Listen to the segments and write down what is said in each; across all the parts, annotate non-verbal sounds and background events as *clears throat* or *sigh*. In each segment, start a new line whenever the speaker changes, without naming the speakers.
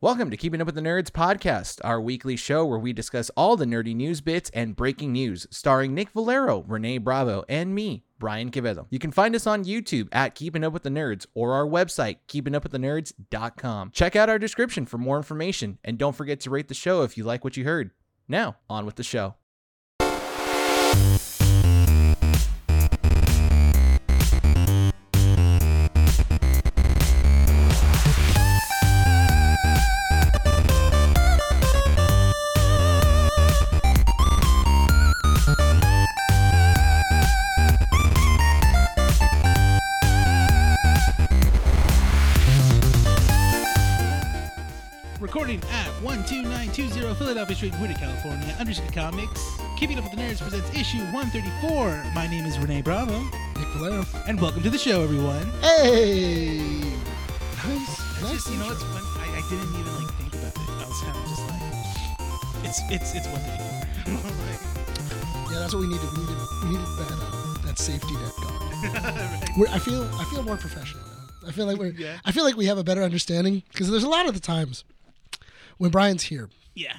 Welcome to Keeping Up with the Nerds podcast, our weekly show where we discuss all the nerdy news bits and breaking news, starring Nick Valero, Renee Bravo, and me, Brian Quevedo. You can find us on YouTube at Keeping Up with the Nerds or our website, keepingupwiththenerds.com. Check out our description for more information, and don't forget to rate the show if you like what you heard. Now, on with the show.
Recording at 12920 Philadelphia Street, Whittier, California, underscore comics. Keeping Up with the Nerds presents issue 134. My name is Renee Bravo,
Nick Valero.
and welcome to the show, everyone.
Hey! Nice,
It's
nice.
just, you know,
intro.
it's fun. I, I didn't even like think about it. I was kind of just like, it's it's it's one thing. *laughs*
yeah, that's what we needed. We needed, we needed that, uh, that safety net going. *laughs*
Right. *laughs*
We're, I feel, I feel more professional. now. I feel like we're,
Yeah.
I feel like we have a better understanding because there's a lot of the times when Brian's here.
Yeah,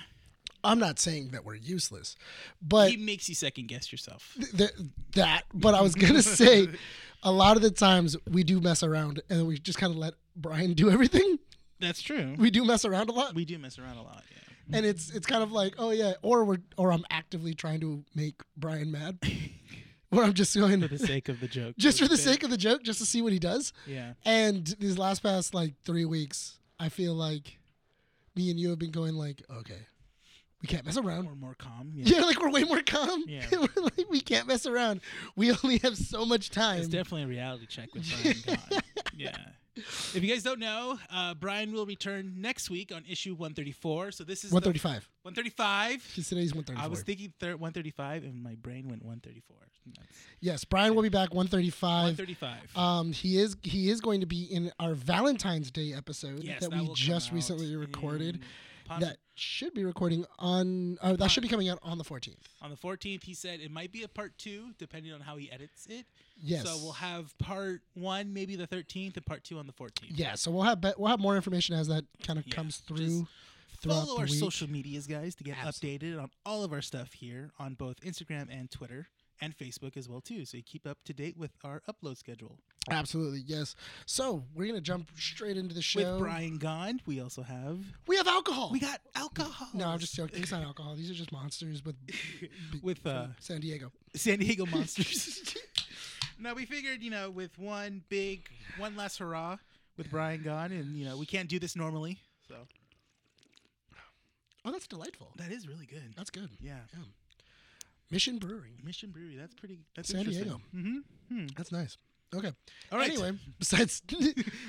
I'm not saying that we're useless, but
he makes you second guess yourself.
th- that. But I was
*laughs*
gonna say, a lot of the times we do mess around and we just kind of let Brian do everything.
That's *laughs* true.
We do mess around a lot.
We do mess around a lot. Yeah.
and it's it's kind of like oh yeah or we're or i'm actively trying to make
*laughs*
brian mad where i'm just going
For the sake of the joke.
*laughs* just for the sake of the joke just to see what he does
Yeah.
and these last past like three weeks i feel like me and you have been going like okay we can't mess around
We're more calm.
yeah like we're way more calm
Yeah.
*laughs* We're like, we can't mess around we only have so much time
It's definitely a reality check with Brian
*laughs*
Kahn. Yeah. If you guys don't know, uh, Brian will return next week on issue 134. So this is the-
135
135.
because today's 134
I was thinking thir- 135, and my brain went 134. That's
yes brian will be back 135
135.
Um, he is he is going to be in our Valentine's Day episode
yes,
that,
that
we
will come
just
out
recently recorded.
in pos-
that should be recording on uh, that should be coming out on the 14th.
on the 14th, he said it might be a part two, depending on how he edits it.
Yes.
So we'll have part one, maybe the 13th, and part two on the 14th.
yeah, so we'll have be- we'll have more information as that kind of
Yeah,
comes
just
through throughout
Follow
the
our
week.
social medias, guys, to get
Absolutely.
updated on all of our stuff here on both Instagram and Twitter and Facebook as well too. So you keep up to date with our upload schedule.
Absolutely, yes. So we're gonna jump straight into the show.
With Brian gone, we also have
we have alcohol.
we got alcohol.
no, I'm just joking. It's not alcohol. These are just monsters with
*laughs* with uh,
from San Diego.
San
*laughs*
Diego Monsters. *laughs* now we figured, you know, with one big, one last hurrah with Brian gone, and you know we can't do this normally. So
Oh, that's delightful.
that is really good.
That's good.
Yeah,
Mission Brewing.
Mission Brewery. That's pretty. That's
San
interesting.
Diego.
hmm Hmm.
That's nice. Okay.
All right.
Anyway,
*laughs*
besides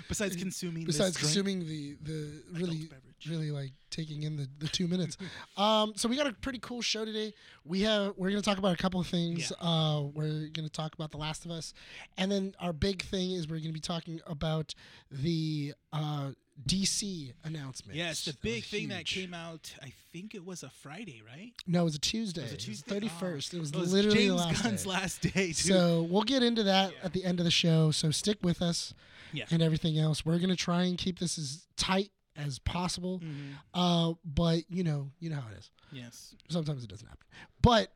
Besides consuming. this
besides
drink-
consuming the the really
beverage.
really like taking in the, the two minutes *laughs* um so we got a pretty cool show today we have we're gonna talk about a couple of things
Yeah.
uh we're gonna talk about the last of us and then our big thing is we're gonna be talking about the uh dc announcement
Yes, the big thing that came out, I think it was a Friday, right?
no it was a tuesday
It was a Tuesday.
the
Ah.
31st it was,
It was
literally
James
the last
Gunn's
day.
last day, too.
so we'll get into that
Yeah.
at the end of the show so stick with us
Yeah.
and everything else we're gonna try and keep this as tight as possible
Mhm.
Uh, but you know, you know how it is.
Yes.
Sometimes it doesn't happen. But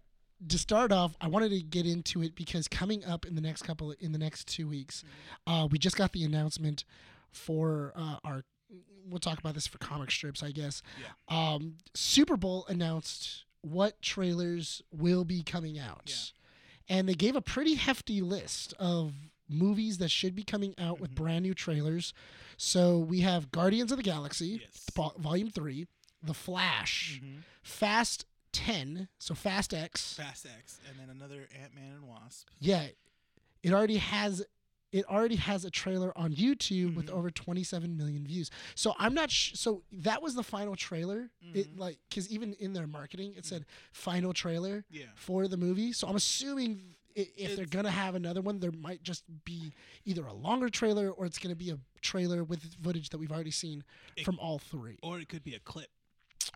to start off, I wanted to get into it because coming up in the next couple, in the next two weeks, uh, we just got the announcement for uh, our. We'll talk about this for comic strips, I guess.
Yeah.
Um, Super Bowl announced what trailers will be coming out, and they gave a pretty hefty list of movies that should be coming out with
Mhm.
brand new trailers. So we have Guardians of the Galaxy.
Yes.
Vol- Volume 3, The Flash,
Mhm.
Fast 10, so Fast X.
Fast X, and then another Ant Man and Wasp.
Yeah. It already has it already has a trailer on YouTube with
Mhm.
over 27 million views. So I'm not sh- so that was the final trailer. It
Mhm.
like cuz even in their marketing it said final trailer
Yeah.
for the movie. So I'm assuming i- if they're
It's-
going to have another one there might just be either a longer trailer or it's going to be a trailer with footage that we've already seen
It-
from all three.
Or it could be a clip.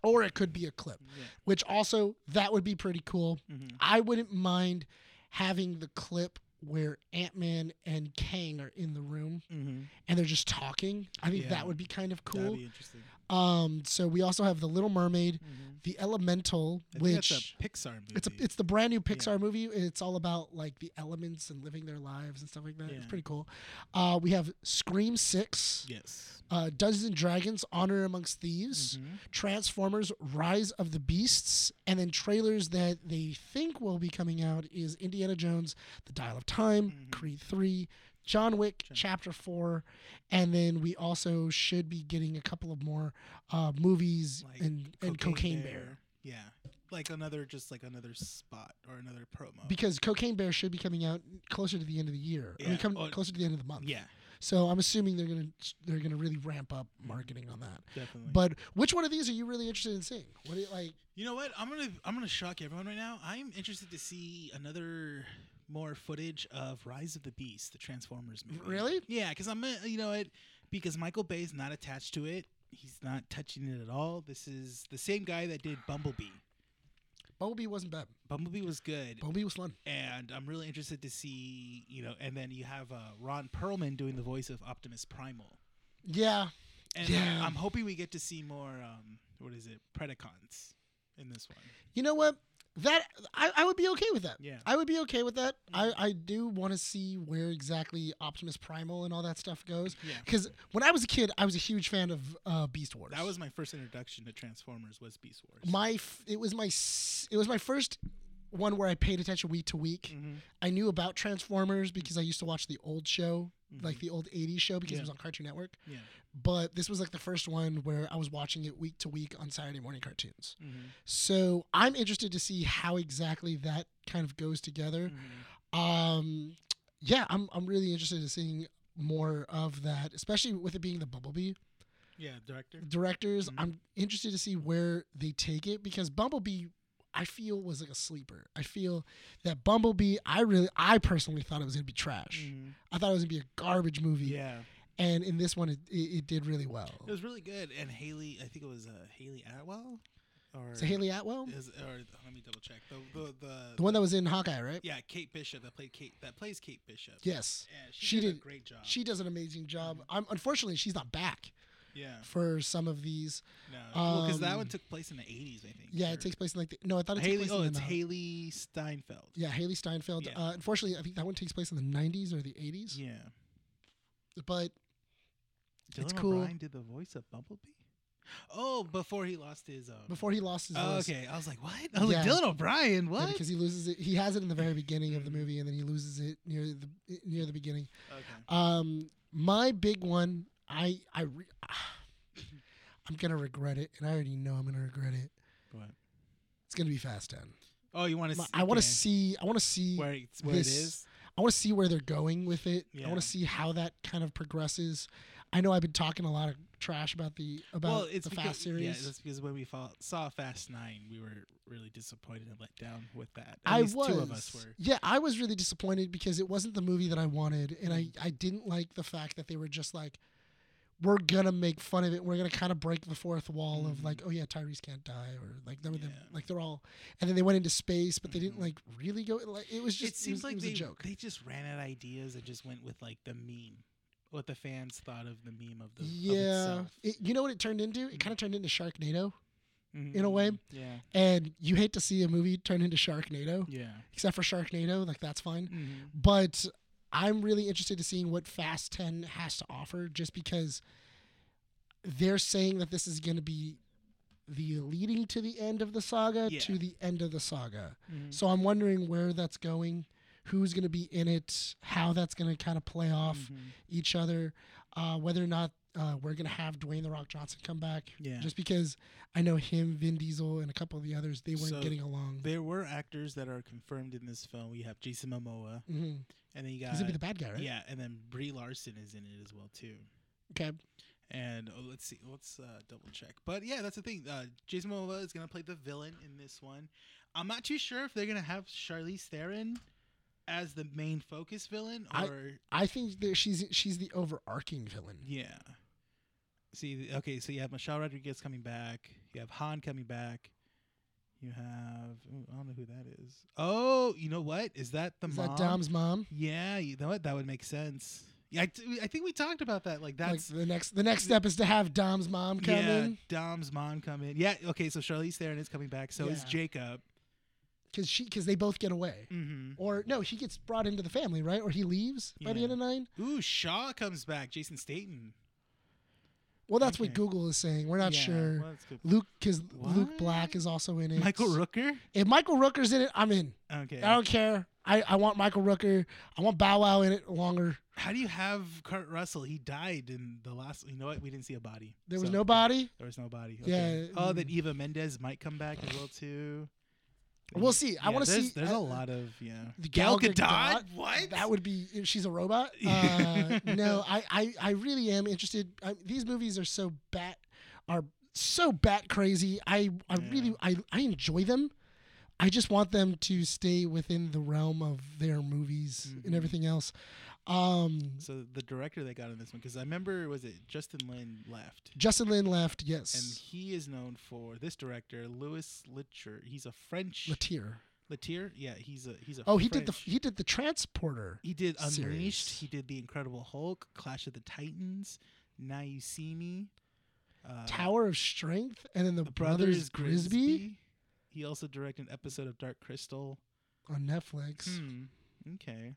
Or it could be a clip.
Yeah.
which also that would be pretty cool.
Mhm.
I wouldn't mind having the clip where Ant Man and Kang are in the room
Mhm.
and they're just talking. I think
Yeah.
that would be kind of
That'd
Mm-hmm. cool.
be interesting. Mm-hmm.
Um, so we also have The Little Mermaid, The Elemental,
I think
which
that's a Pixar movie.
it's a, it's the brand new Pixar movie. It's all about like the elements and living their lives and stuff like that. It's
Yeah.
pretty cool. Uh, we have Scream Six,
yes.
uh, Dungeons and Dragons: Honor Amongst Thieves,
Mhm.
Transformers: Rise of the Beasts, and then trailers that they think will be coming out is Indiana Jones: The Dial of Time,
Mhm.
Creed Three. John Wick Chapter 4, and then we also should be getting a couple of more uh, movies
Like
and, and Cocaine Bear.
Yeah. Like another, just like another spot or another promo.
because Cocaine Bear should be coming out closer to the end of the year. I mean,
Yeah.
come
Oh,
closer to the end of the month.
yeah,
So I'm assuming they're gonna they're gonna really ramp up marketing on that.
definitely.
But which one of these are you really interested in seeing? What do you like?
You know what? I'm gonna I'm gonna shock everyone right now. I'm interested to see another more footage of Rise of the Beast, the Transformers movie.
Really?
Yeah, because I'm uh, you know it because Michael Bay's not attached to it. He's not touching it at all. This is the same guy that did Bumblebee.
Bumblebee wasn't bad.
Bumblebee was good,
Bumblebee was fun.
and I'm really interested to see you know. And then you have uh, Ron Perlman doing the voice of Optimus Primal,
Yeah,
and
Yeah.
I'm hoping we get to see more. Um, what is it? Predacons in this one.
you know what? That I, I would be okay with that.
Yeah. Mm-hmm.
I would be okay with that. I, I do want to see where exactly Optimus Primal and all that stuff goes.
Yeah.
Because when I was a kid, I was a huge fan of uh, Beast Wars.
That was my first introduction to Transformers was Beast Wars.
my f- it was my s- it was my first one where I paid attention week to week.
Mhm.
I knew about Transformers because I used to watch the old show, like
Mhm.
the old 80s show because it
Yeah.
was on Cartoon Network.
yeah.
But this was like the first one where I was watching it week to week on Saturday morning cartoons. So I'm interested to see how exactly that kind of goes together.
Mm-hmm.
Um, yeah, I'm, I'm really interested in seeing more of that, especially with it being the Bumblebee
Yeah, director.
directors.
Mhm.
I'm interested to see where they take it because Bumblebee, I feel, was like a sleeper. I feel that Bumblebee, I really, I personally thought it was gonna be trash. I thought it was gonna be a garbage movie.
Mm. Yeah,
And in this one, it, it, it did really well.
it was really good. And Haley, I think it was uh, Haley Atwell, or
So Haley Atwell,
is, or let me double check the the the,
the one that was in Hawkeye, right?
yeah Kate Bishop that played Kate that plays Kate Bishop.
Yes.
Yeah, she,
She
did, a
did-
great job.
She does an amazing job. I'm unfortunately she's not back
Mm-hmm. yeah,
for some of these.
no, because that
um,
one took place in the eighties, I think.
Yeah,
or-
it takes place in like the, no, I thought it took
Haley.
place
Oh,
in
it's
the no-
Haley Steinfeld.
Yeah, Haley Steinfeld.
Yeah.
Uh, unfortunately, I think that one takes place in the 90s or the 80s.
Yeah,
But
Dylan
It's cool.
O'Brien did the voice of Bumblebee. Oh, before he lost his um,
before he lost his
Oh,
voice,
okay, I was like, what? I was like,
Yeah.
Dylan O'Brien,
Yeah,
what? Mm.
because he loses it. He has it in the very beginning of the movie, and then he loses it near the near the beginning.
okay.
Um, my big one, I I re- *sighs* I'm gonna regret it, and I already know I'm gonna regret it.
What?
It's gonna be Fast Ten.
Oh, you want to?
My- I want to see. I want to see.
where it's where it
this-
is.
I want to see where they're going with it. I
Yeah.
want to see how that kind of progresses. I know I've been talking a lot of trash about the about
well, it's
the
because,
Fast series.
Yeah, that's because when we fo- saw Fast Nine, we were really disappointed and let down with that. At
I
least
was.
two of us were.
Yeah, I was really disappointed because it wasn't the movie that I wanted, and I,
Mm.
I didn't like the fact that they were just like, we're gonna make fun of it. We're gonna kind of break the fourth wall of like, oh yeah, Tyrese can't die, or like none of them,
Mm-hmm. Yeah.
like they're all, and then they went into space, but they didn't
Mhm.
like really go. Like it was just
it seems
was,
like
was
they
a joke.
they just ran out ideas and just went with like the meme, what the fans thought of the meme of the of
yeah,
itself. Mm-hmm.
it, you know what it turned into? It kind of turned into Sharknado,
Mhm.
way. Oh.
Yeah,
and you hate to see a movie turn into Sharknado,
yeah.
except for Sharknado, like that's fine.
Mhm.
but I'm really interested to seeing what Fast 10 has to offer just because they're saying that this is going to be the leading to the end of the saga
Yeah.
to the end of the saga.
Mhm.
So I'm wondering where that's going, who's going to be in it, how that's going to kind of play off
Mhm.
each other, uh, whether or not uh, we're going to have Dwayne The Rock Johnson come back.
Yeah.
Just because I know him, Vin Diesel, and a couple of the others, they weren't
So
getting along.
There were actors that are confirmed in this film. We have Jason Momoa,
Mhm.
and then you got
He's going to be the bad guy, right?
yeah, and then Brie Larson is in it as well too.
Okay.
And oh, let's see, let's uh, double check. But yeah, that's the thing. Uh, Jason Momoa is gonna play the villain in this one. I'm not too sure if they're gonna have Charlize Theron as the main focus villain or
I- I think that she's she's the overarching villain.
yeah. See, okay, so you have Michelle Rodriguez coming back. You have Han coming back. You have ooh, I don't know who that is. Oh, you know what? Is that the
Is
mom?
that Dom's mom?
Yeah, you know what? That would make sense. Yeah, I, t- I think we talked about that. Like
Like
that's
the next, the next step is to have Dom's mom come
yeah,
in
Dom's mom come in. Yeah, okay. So Charlize Theron is coming back. So is
Yeah.
Jacob.
because she, because they both get away,
hmm
or no, she gets brought into the family, right? Or he leaves by the
Yeah.
end of nine.
Ooh, Shaw comes back. Jason Statham.
Well, that's
Okay.
what Google is saying. We're not
Yeah,
sure.
well, that's good.
Luke, because Luke
What?
Black is also in it.
Michael Rooker.
If Michael Rooker's in it, I'm in.
Okay.
I don't care. I, I want Michael Rooker. I want Bow Wow in it longer.
How do you have Kurt Russell? He died in the last. You know what? We didn't see a body.
There was
So-
no body.
There was no body. Okay.
Yeah,
Oh, that
mm.
Eva Mendez might come back as well too.
We'll see. I
Yeah,
want to
there's-
see.
There's
uh,
a lot of yeah.
the
Gal
Gal
Gadot.
Gadot,
What?
That would be if she's
*laughs*
a robot. Uh, no, I, I, I really am interested. I, these movies are so bat are so bat crazy. I I
Yeah.
really I, I enjoy them. I just want them to stay within the realm of their movies
Mhm.
and everything else. Um,
So the director they got on this one, because I remember, was it Justin Lin left,
Justin Lin left.
and
Yes,
he is known for this director Louis Litcher. He's a French
Latier.
Latier. Yeah, he's a he's a.
Oh, he did the
French-
he did the transporter.
He did Unleashed.
series.
He did The Incredible Hulk, Clash of the Titans, Now You See Me, uh,
Tower of Strength, and then the, Brothers, Grisby
He also directed an episode of Dark Crystal.
on Netflix,
Hmm. Okay.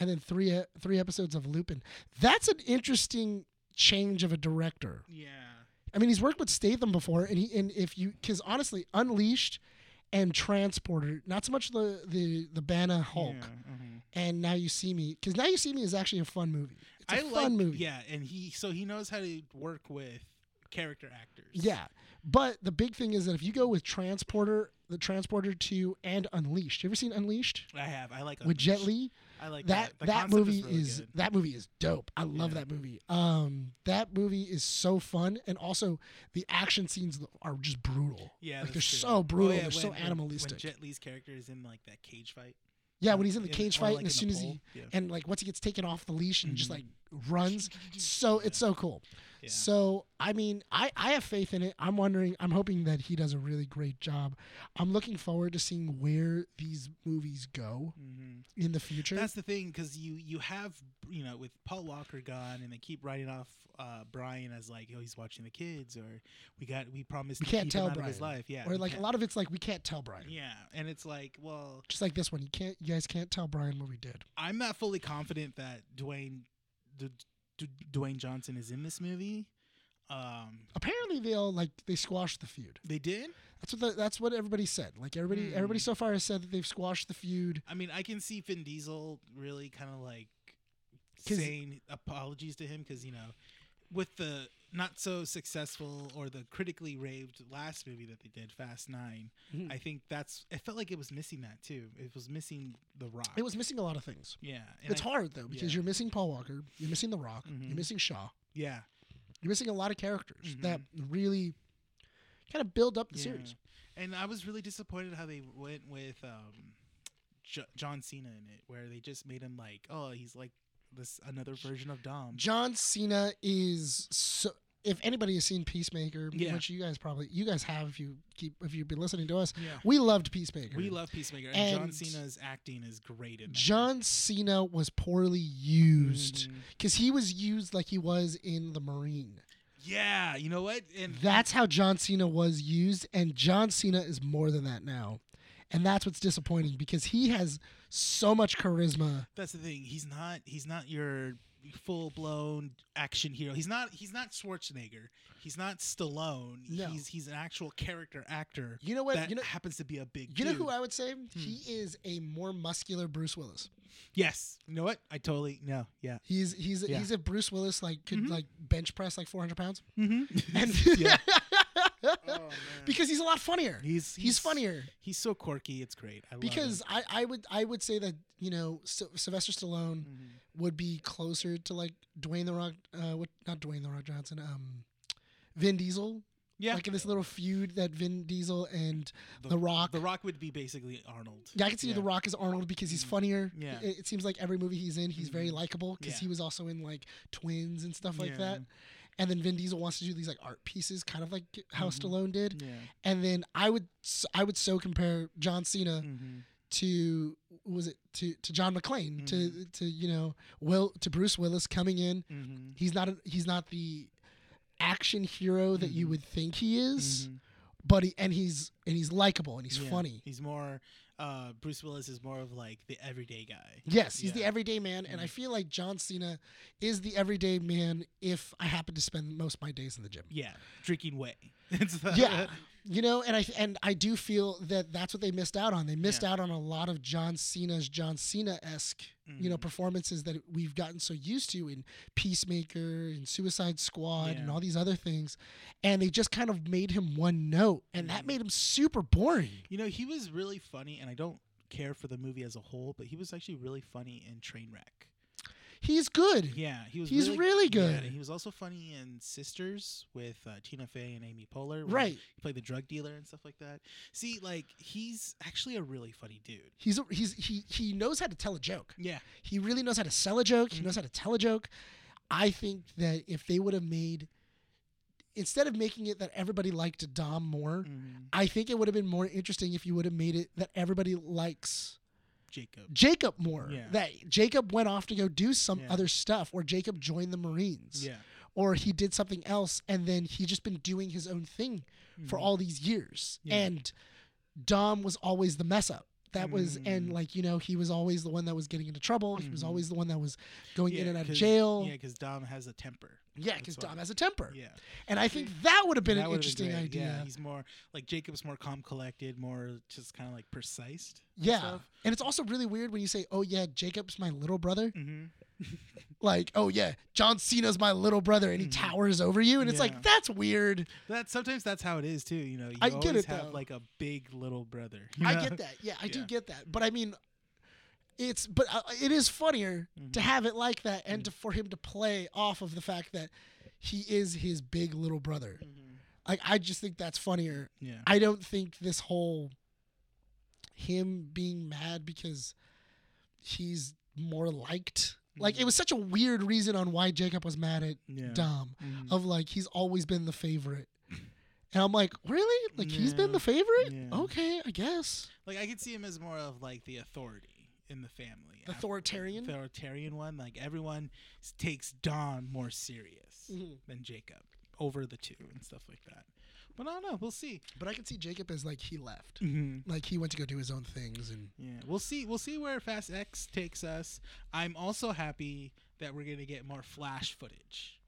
and then three e- three episodes of Lupin. That's an interesting change of a director.
Yeah.
I mean, he's worked with Statham before, and he and if you because honestly, Unleashed and Transporter, not so much the the the Banna Hulk,
uh-huh.
and Now You See Me, because Now You See Me is actually a fun movie. It's a
I
fun
like.
movie.
Yeah, and he so he knows how to work with character actors.
Yeah. But the big thing is that if you go with Transporter, the Transporter 2 and Unleashed. You ever seen Unleashed?
I have. I like
With Jet
Unleashed.
Li?
I like
that
The
that
concept
movie
really
is
good.
that movie is dope. I love
Yeah.
that movie. Um that movie is so fun and also the action scenes are just brutal.
Yeah,
like
that's true.
they're so brutal,
Oh, yeah,
they're so
when- when-
animalistic.
When Jet Li's character is in like that cage fight.
yeah,
Uh,
when he's in the
in-
cage
or,
fight
like,
and as
in
soon
the
as he
pool. Yeah.
and like once he gets taken off the leash and just
Mhm.
like runs
*laughs*
so it's so cool.
Yeah.
So I mean, I I have faith in it. I'm wondering. I'm hoping that he does a really great job. I'm looking forward to seeing where these movies go
Mhm.
in the future.
That's the thing because you you have you know with Paul Walker gone and they keep writing off uh, Brian as like oh he's watching the kids or we got we promised
We
to
can't
keep
tell
him out of his
Brian.
life yeah
or
we
like a
can't-
lot of it's like we can't tell Brian.
yeah and it's like well
Just like this one, you can't. You guys can't tell Brian what we did.
I'm not fully confident that Dwayne D- D- Dwayne Johnson is in this movie um
Apparently, they all like they squashed the feud.
they did
That's what the, that's what everybody said. Like everybody,
Hmm.
everybody so far has said that they've squashed the feud.
I mean I can see Vin Diesel really kind of like
'Cause-
saying apologies to him because you know with the not so successful or the critically raved last movie that they did Fast 9
Mhm.
I think that's it felt like it was missing that too it was missing the rock
It was missing a lot of things.
yeah and
It's
I-
hard though because
yeah.
you're missing Paul Walker, you're missing The Rock,
Mhm.
you're missing Shaw,
yeah
you're missing a lot of characters
Mhm.
that really kind of build up the
yeah.
series.
and I was really disappointed how they went with um jo- John Cena in it where they just made him like oh he's like this another version of Dom
John Cena is so. If anybody has seen Peacemaker,
Yeah.
which you guys probably you guys have if you keep if you've been listening to us,
yeah
we loved Peacemaker.
we love Peacemaker and, John
And-
Cena's acting is great in that.
John Cena was poorly used
Mhm.
because he was used like he was in the Marine.
Yeah, you know what? And
That's how John Cena was used, and John Cena is more than that now, and that's what's disappointing because he has so much charisma.
that's the thing. He's not he's not your full blown action hero. He's not he's not Schwarzenegger. He's not Stallone.
No.
He's he's an actual character actor
You know what?
that
you know.
happens to be a big
You know
dude. Hmm.
who I would say? He is a more muscular Bruce Willis.
Yes. You know what? I totally no, yeah.
He's he's
Yeah.
he's a Bruce Willis like could
Mhm.
like bench press like 400
*laughs*
pounds,
Mm-hmm.
and *laughs*
yeah.
because he's a lot funnier.
he's,
he's funnier.
He's so quirky, it's great. I love it.
because I, I would I would say that you know Sy- Sylvester Stallone
Mhm.
would be closer to like Dwayne the Rock, uh, what not Dwayne the Rock Johnson, um, Vin Diesel.
yeah.
Like in this little feud that Vin Diesel and
the,
The Rock-
The Rock would be basically Arnold.
yeah, I can see
Yeah.
The Rock is Arnold because he's
Mhm.
funnier.
Yeah.
It, it seems like every movie he's in, he's very
Mhm.
likable because
Yeah.
he was also in like Twins and stuff like
Yeah.
that. And then Vin Diesel wants to do these like art pieces, kind of like how
Mhm.
Stallone did.
Yeah.
And then I would s- I would so compare John Cena
Mhm.
to was it to to John McClane to to you know Will to Bruce Willis coming in.
Mm-hmm.
He's not a, he's not the action hero that you
Mhm.
would think he is, but he and he's and he's likable and he's
Mm-hmm. Yeah.
funny.
He's more. Uh, Bruce Willis is more of like the everyday guy.
Yes, he's the
Yeah. Mm-hmm.
everyday man, and I feel like John Cena is the everyday man if I happen to spend most of my days in the gym.
Yeah, drinking whey. *laughs* It's the- *laughs*
yeah you know and i and i do feel that that's what they missed out on they missed
Yeah.
out on a lot of john cena's john cena-esque you know
Mhm.
performances that we've gotten so used to in peacemaker and suicide squad and
Yeah.
all these other things and they just kind of made him one note and that
Mhm.
made him super boring
You know, he was really funny, and I don't care for the movie as a whole, but he was actually really funny in Trainwreck.
he's good
Yeah, he was.
Mm. He's really
yeah,
good.
and he was also funny in Sisters with uh, Tina Fey and Amy Poehler. when
right
He played the drug dealer and stuff like that. See, like he's actually a really funny dude.
he's a- he's he he knows how to tell a joke
Yeah.
he really knows how to sell a joke.
Mm-hmm.
He knows how to tell a joke. I think that if they would have made, instead of making it that everybody liked Dom more,
Mhm.
I think it would have been more interesting if you would have made it that everybody likes
Jacob.
Jacob more.
Yeah.
That Jacob went off to go do some
Yeah.
other stuff, or Jacob joined the Marines,
Yeah.
or he did something else, and then he just been doing his own thing for
Mhm.
all these years.
Yeah.
And Dom was always the mess up. That was and
Mm.
like you know he was always the one that was getting into trouble. He was
Mhm.
always the one that was going in
Yeah,
and out of
'cause-
jail.
Yeah, because Dom has a temper.
yeah, because
that's why.
Dom has a temper.
Yeah.
And I think that would have been
That
an
would've
interesting
great. Yeah,
idea.
he's more like Jacob's more calm, collected, more just kind of like precise.
Yeah, and it's also really weird when you say, "Oh yeah, Jacob's my little brother."
Mm-hmm.
Like, "Oh yeah, John Cena's my little brother," and he
Mhm.
towers over you, and it's
Yeah.
like that's weird.
That sometimes that's how it is too. You know, you
I get
always
it,
have
though.
like a big little brother. you *laughs*
I
know?
get that. Yeah, I do
Yeah.
get that. But I mean, it's but uh, it is funnier to
Mhm.
have it like that and
Mm-hmm.
to, for him to play off of the fact that he is his big little brother.
Mhm.
Like I just think that's funnier.
Yeah.
I don't think this whole him being mad because he's more liked. Like it was such a weird reason on why Jacob was mad at
Mm-hmm. Yeah.
Dom
Mhm.
of like he's always been the favorite. And I'm like, really? Like he's been
Yeah.
the favorite?
Yeah.
Okay, I guess.
Like I could see him as more of like the authority in the family. af-
Authoritarian?
Authoritarian one. Like everyone s- takes Dom more serious
Mhm.
than Jacob over the two and stuff like that. But I don't know. We'll see.
But I can see Jacob as like he left.
Mm-hmm.
Like he went to go do his own things and
Yeah, we'll see. We'll see where Fast X takes us. I'm also happy that we're gonna get more Flash footage.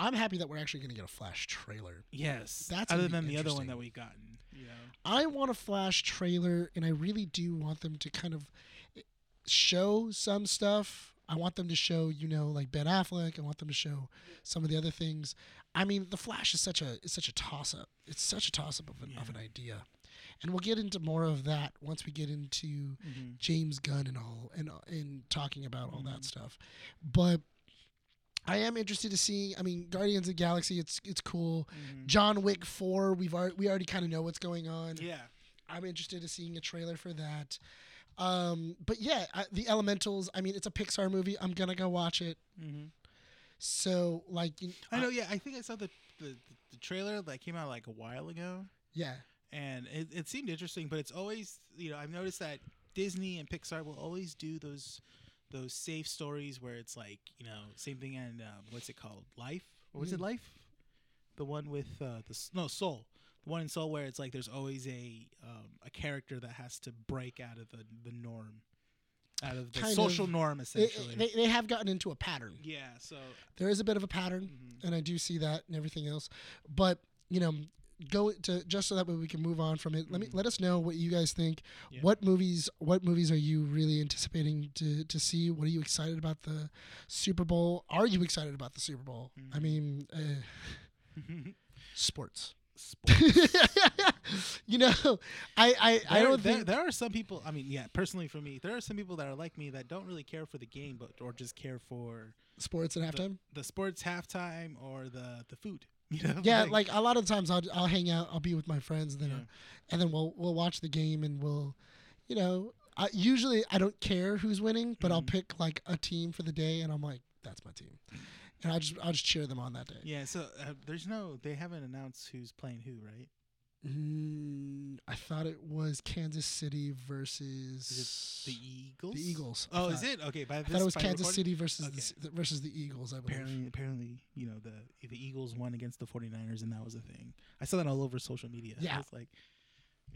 I'm happy that we're actually gonna get a flash trailer.
Yes,
That's
other
gonna
than
be
the other one
interesting.
that we've gotten. You know,
I want a flash trailer and I really do want them to kind of eh, show some stuff. I want them to show, you know, like Ben Affleck. I want them to show some of the other things. I mean, the Flash is such a it's such a toss up. It's such a toss up of an, of an idea, and we'll get into more of that once we get into
Mhm.
James Gunn and all and and talking about all that stuff. But I am interested to see. I mean, Guardians of the Galaxy. It's it's cool.
Mm-hmm.
John Wick Four. We've already we already kind of know what's going on.
yeah,
I'm interested in seeing a trailer for that. Um, but yeah, I, the Elementals. I mean, it's a Pixar movie. I'm gonna go watch it.
mm-hmm.
So like, you, uh,
I know. Yeah, I think I saw the, the the trailer that came out like a while ago,
yeah,
and it, it seemed interesting. But it's always you know I've noticed that Disney and Pixar will always do those those safe stories where it's like you know same thing and um, what's it called Life or was it
Mhm.
Life? The one with uh, the s- no Soul. The one in Soul where it's like there's always a um, a character that has to break out of the, the norm, out of the
Kind
social
of.
norm
They,
essentially.
they, they have gotten into a pattern.
yeah. So.
There is a bit of a pattern,
mhm.
and I do see that and everything else. But you know, go to just so that way we can move on from it. Let me
Mhm.
let us know what you guys think.
Yeah.
What movies? What movies are you really anticipating to to see? What are you excited about the Super Bowl? Are you excited about the Super Bowl? I
Mhm.
mean, uh,
mm-hmm.
*laughs* sports.
Spoiler.
*laughs* you know, I I, I
There-
don't
there,
think
there are some people. I mean, yeah, personally for me, there are some people that are like me that don't really care for the game, but or just care for
sports at halftime.
the sports halftime or the the food. *laughs* You know?
Yeah, like a lot of times I'll I'll hang out, I'll be with my friends, then
Yeah.
I'll- and then we'll we'll watch the game and we'll, you know, I usually I don't care who's winning, but I'll
Mhm.
pick like a team for the day, and I'm like, that's my team, and I just I'll just cheer them on that day.
yeah. So uh, there's no. They haven't announced who's playing who, right?
Mm, I thought it was Kansas City versus
The Eagles.
the Eagles. I
Oh, is
thought.
it okay? By
I
this
thought it was
by
Kansas
recording-
City versus
Okay.
the, C- versus the Eagles. I believe.
Apparently, apparently, you know the the Eagles won against the 49ers, and that was a thing. I saw that all over social media.
Yeah.
it's like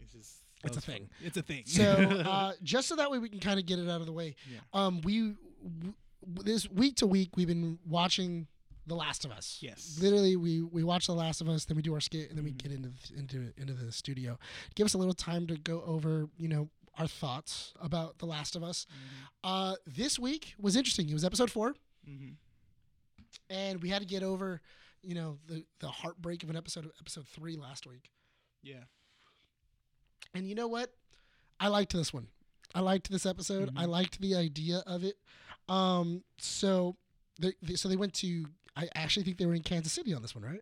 it's just
It's
that
a
was
thing.
fun. It's a thing. *laughs*
So uh, just so that way we can kind of get it out of the way.
Yeah.
Um, we w- this week to week we've been watching The Last of Us.
yes,
Literally, we we watch The Last of Us, then we do our skit, and then we
Mhm.
get into th- into into the studio. Give us a little time to go over, you know, our thoughts about The Last of Us. Uh, this week was interesting. It was episode four,
mm-hmm.
and we had to get over, you know, the the heartbreak of an episode of episode three last week.
yeah,
And you know what? I liked this one. I liked this episode. I
Mhm.
liked the idea of it. Um, so they, they so they went to. I actually think they were in Kansas City on this one, right?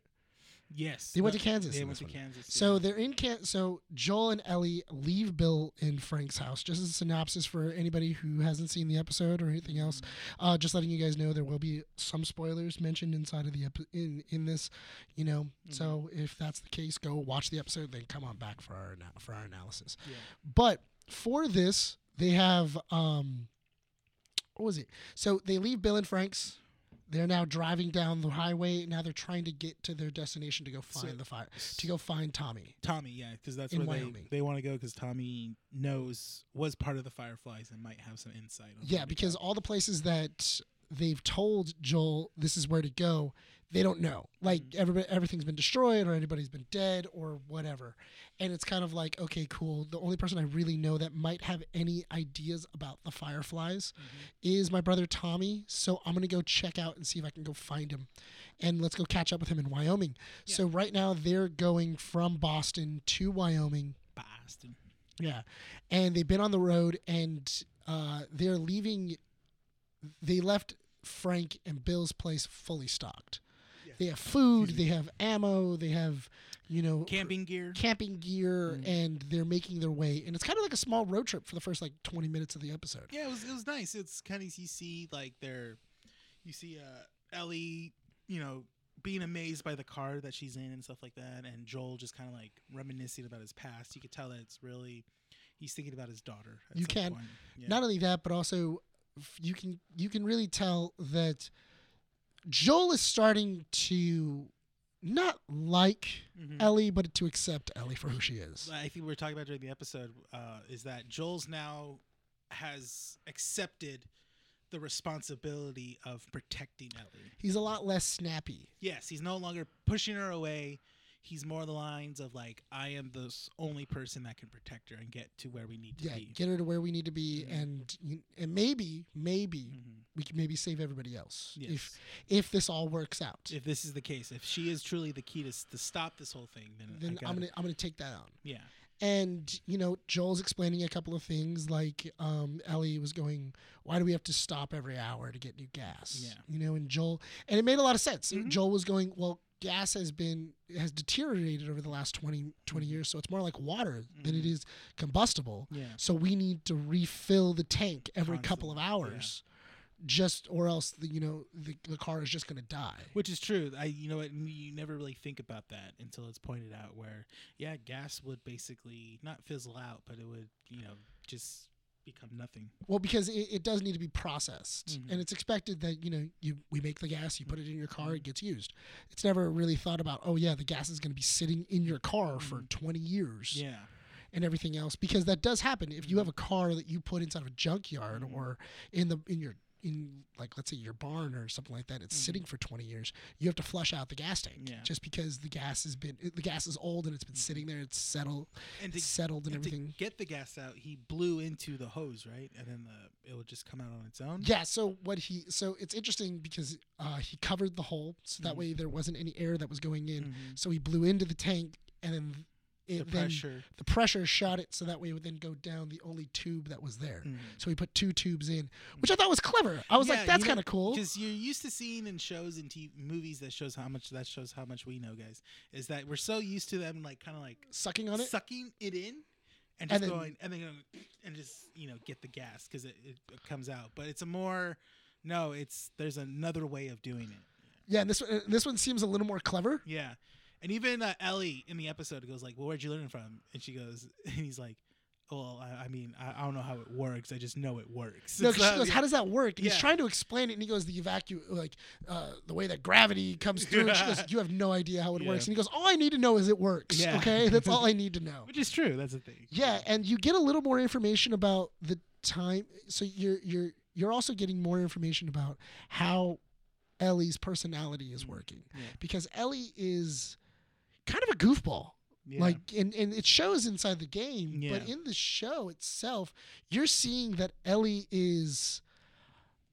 yes.
They went
but
to Kansas
They
in
went
this
to
one.
Kansas.
So
yeah.
they're in Can. So Joel and Ellie leave Bill in Frank's house. Just as a synopsis for anybody who hasn't seen the episode or anything else, uh, just letting you guys know there will be some spoilers mentioned inside of the epi- in in this, you know. So if that's the case, go watch the episode, then come on back for our ana- for our analysis.
Yeah.
But for this, they have um what was it? So they leave Bill and Frank's. They're now driving down the highway. Now they're trying to get to their destination to go find
So-
the fire to go find Tommy.
Tommy, yeah, because that's
In
where
Wyoming.
they they want to go because Tommy knows was part of the Fireflies and might have some insight. on
Yeah,
what they
because
got.
all the places that they've told Joel this is where to go, they don't know. Like everybody, everything's been destroyed, or anybody's been dead, or whatever. And it's kind of like, okay, cool. The only person I really know that might have any ideas about the Fireflies
Mhm.
is my brother Tommy. So I'm gonna go check out and see if I can go find him, and let's go catch up with him in Wyoming. So right now they're going from Boston to Wyoming
Boston.
yeah, and they've been on the road, and uh, they're leaving. They left Frank and Bill's place fully stocked.
Yeah.
They have food,
Excuse
they have ammo, they have, you know,
Camping gear.
camping gear,
Mm.
and they're making their way. And it's kind of like a small road trip for the first like twenty minutes of the episode.
Yeah, it was it was nice. It's kind of you see like their, you see uh Ellie, you know, being amazed by the car that she's in and stuff like that, and Joel just kind of like reminiscing about his past. You could tell that it's really he's thinking about his daughter. at
You
some
can.
point. Yeah.
Not only that, but also f- you can you can really tell that Joel is starting to not like
Mhm.
Ellie, but to accept Ellie for who she is.
I think we were talking about during the episode uh, is that Joel's now has accepted the responsibility of protecting Ellie.
He's a lot less snappy.
Yes, he's no longer pushing her away. He's more the lines of like, I am the s- only person that can protect her and get to where we need to
Yeah,
be.
get her to where we need to be,
Mhm.
and you- and maybe maybe
Mhm.
we can maybe save everybody else
Yes.
if if this all works out.
if this is the case, if she is truly the key to, s- to stop this whole thing, then, uh, I
then
gotta-
I'm gonna I'm gonna take that on.
yeah,
And you know, Joel's explaining a couple of things like um, Ellie was going, "Why do we have to stop every hour to get new gas?"
Yeah.
you know, and Joel and it made a lot of sense.
Mhm.
Joel was going, "Well." Gas has been has deteriorated over the last 20,
Mm-hmm.
20 years, so it's more like water than it
Mhm.
is combustible.
yeah.
So we need to refill the tank every couple of
Constantly, yeah.
hours, just or else the, you know the, the car is just gonna die.
Which is true. I you know what n- you never really think about that until it's pointed out where yeah, gas would basically not fizzle out, but it would, you know, just become nothing.
Well, because it, it does need to be processed,
Mhm.
and it's expected that you know you we make the gas, you put it in your car, it gets used. It's never really thought about. Oh yeah, the gas is gonna be sitting in your car for
Mhm.
twenty years
Yeah.
and everything else, because that does happen. If you
Mhm.
have a car that you put inside of a junkyard
Mhm.
or in the in your in like let's say your barn or something like that, it's
Mhm.
sitting for 20 years. You have to flush out the gas tank
Yeah. Mm-hmm.
just because the gas has been it- the gas is old and it's been sitting there. It's settled,
And to,
it's settled and
and to
everything.
get the gas out, he blew into the hose, right? And then the it would just come out on its own.
Yeah. So what he so it's interesting because uh, he covered the hole so that
Mhm.
way there wasn't any air that was going in.
Mhm.
So he blew into the tank and then it
The
then
pressure.
the pressure shot it so that way it would then go down the only tube that was there.
Mhm.
So he put two tubes in, which I thought was clever. I was
Mm. Yeah,
like,
you
that's
know,
kind of cool.
Because you're used to seeing in shows and TV, movies that shows how much that shows how much we know, guys. Is that we're so used to them like kind of like
Sucking on it.
sucking it in, and
And
just
then-
going, and then going, and just you know get the gas because it, it comes out. But it's a more no, it's there's another way of doing it.
yeah, and this uh, this one seems a little more clever.
Yeah, And even uh, Ellie in the episode goes like, "Well, where'd you learn it from?" And she goes, *laughs* and he's like, "Well, I, I mean, I, I don't know how it works. I just know it works." It's
No,
*laughs*
'cause she
not-
goes, "How does that work?" And
Yeah.
He's trying to explain it, and he goes, "The evacu like uh, the way that gravity comes through." And she
*laughs*
goes, "You have no idea how it
Yeah.
works." And he goes, "All I need to know is it works."
Yeah.
Okay, that's all I need to know.
which is true. That's the thing.
Yeah, and you get a little more information about the time. So you're you're you're also getting more information about how Ellie's personality is
Mm,
working
yeah.
because Ellie is kind of a goofball.
Yeah.
Like and, and it shows inside the game, but
Yeah.
in the show itself, you're seeing that Ellie is *sighs*